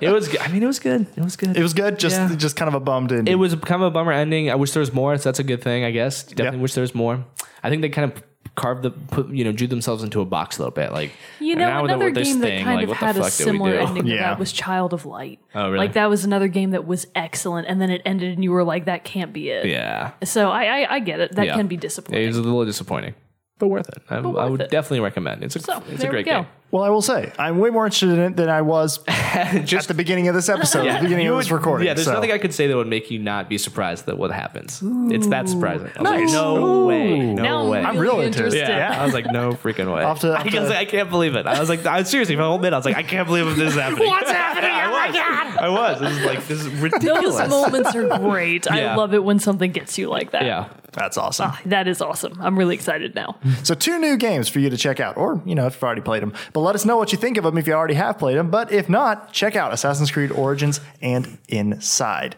[SPEAKER 1] it was good i mean it was good it was good
[SPEAKER 2] It was good. Just
[SPEAKER 1] Yeah.
[SPEAKER 2] just kind of a bummed in.
[SPEAKER 1] it was kind of a bummer ending i wish there was more so that's a good thing i guess definitely
[SPEAKER 2] Yeah.
[SPEAKER 1] wish there was more i think they kind of carved the put you know drew themselves into a box a little bit like
[SPEAKER 3] You
[SPEAKER 1] an
[SPEAKER 3] know,
[SPEAKER 1] hour that
[SPEAKER 3] another
[SPEAKER 1] wrote this
[SPEAKER 3] game that
[SPEAKER 1] thing,
[SPEAKER 3] kind
[SPEAKER 1] like,
[SPEAKER 3] of
[SPEAKER 1] what the
[SPEAKER 3] had a
[SPEAKER 1] fuck did we
[SPEAKER 3] similar
[SPEAKER 1] do?
[SPEAKER 3] ending to
[SPEAKER 2] Yeah.
[SPEAKER 3] that was Child of Light.
[SPEAKER 1] Oh, really?
[SPEAKER 3] Like that was another game that was excellent, and then it ended, and you were like, "That can't be it."
[SPEAKER 1] yeah
[SPEAKER 3] So I, I, I get it. That
[SPEAKER 1] Yeah.
[SPEAKER 3] can be
[SPEAKER 1] it
[SPEAKER 3] disappointing.
[SPEAKER 1] was a little disappointing but worth it i, I
[SPEAKER 3] worth
[SPEAKER 1] would
[SPEAKER 3] it.
[SPEAKER 1] definitely recommend it's a,
[SPEAKER 3] So
[SPEAKER 1] it's a
[SPEAKER 3] there we
[SPEAKER 1] great
[SPEAKER 3] go.
[SPEAKER 1] game
[SPEAKER 2] well, I will say I'm way more interested in it than I was at the beginning of this episode. The beginning
[SPEAKER 1] You
[SPEAKER 2] of this
[SPEAKER 1] would-
[SPEAKER 2] recording.
[SPEAKER 1] Yeah, there's
[SPEAKER 2] so.
[SPEAKER 1] nothing I could say that would make you not be surprised that what happens. It's that surprising. I was
[SPEAKER 2] Nice.
[SPEAKER 1] Like, no way. No
[SPEAKER 3] now
[SPEAKER 1] way.
[SPEAKER 3] I'm
[SPEAKER 2] I'm
[SPEAKER 3] really
[SPEAKER 2] really into it.
[SPEAKER 3] interested.
[SPEAKER 1] yeah. I was like, no freaking way.
[SPEAKER 2] Off to-
[SPEAKER 1] I,
[SPEAKER 2] off
[SPEAKER 1] was
[SPEAKER 2] to-
[SPEAKER 1] like, I can't believe it. I was like, I seriously, for a whole minute, I was like, I can't believe this is happening. What's happening? I was, I was. This is like, this is ridiculous.
[SPEAKER 3] Oh Those moments are great. I
[SPEAKER 1] Yeah.
[SPEAKER 3] love it when something gets you like that.
[SPEAKER 1] yeah.
[SPEAKER 2] That's awesome.
[SPEAKER 1] Ah.
[SPEAKER 3] That is awesome. I'm really excited now.
[SPEAKER 2] So two new games for you to check out, or you know if you've already played them. But let us know what you think of them if you already have played them. But if not, check out Assassin's Creed Origins and Inside.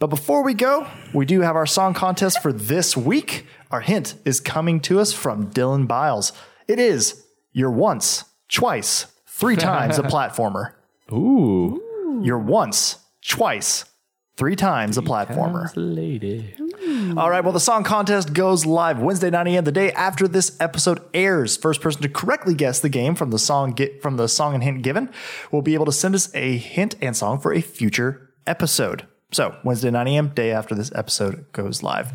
[SPEAKER 2] But before we go, we do have our song contest for this week. Our hint is coming to us from Dylan Biles. It is you're once, twice, three times a platformer.
[SPEAKER 1] Ooh.
[SPEAKER 2] You're once, twice, three times a platformer.
[SPEAKER 1] Lady.
[SPEAKER 2] All right. Well, the song contest goes live Wednesday 9 a.m. the day after this episode airs. First person to correctly guess the game from the song get from the song and hint given will be able to send us a hint and song for a future episode. So Wednesday 9 a.m. day after this episode goes live.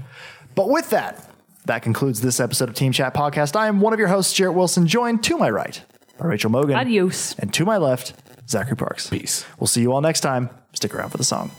[SPEAKER 2] But with that, that concludes this episode of Team Chat Podcast. I am one of your hosts, Jarrett Wilson, joined to my right by Rachel Mogan,
[SPEAKER 3] Adios.
[SPEAKER 2] and to my left, Zachary Parks.
[SPEAKER 1] Peace.
[SPEAKER 2] We'll see you all next time. Stick around for the song.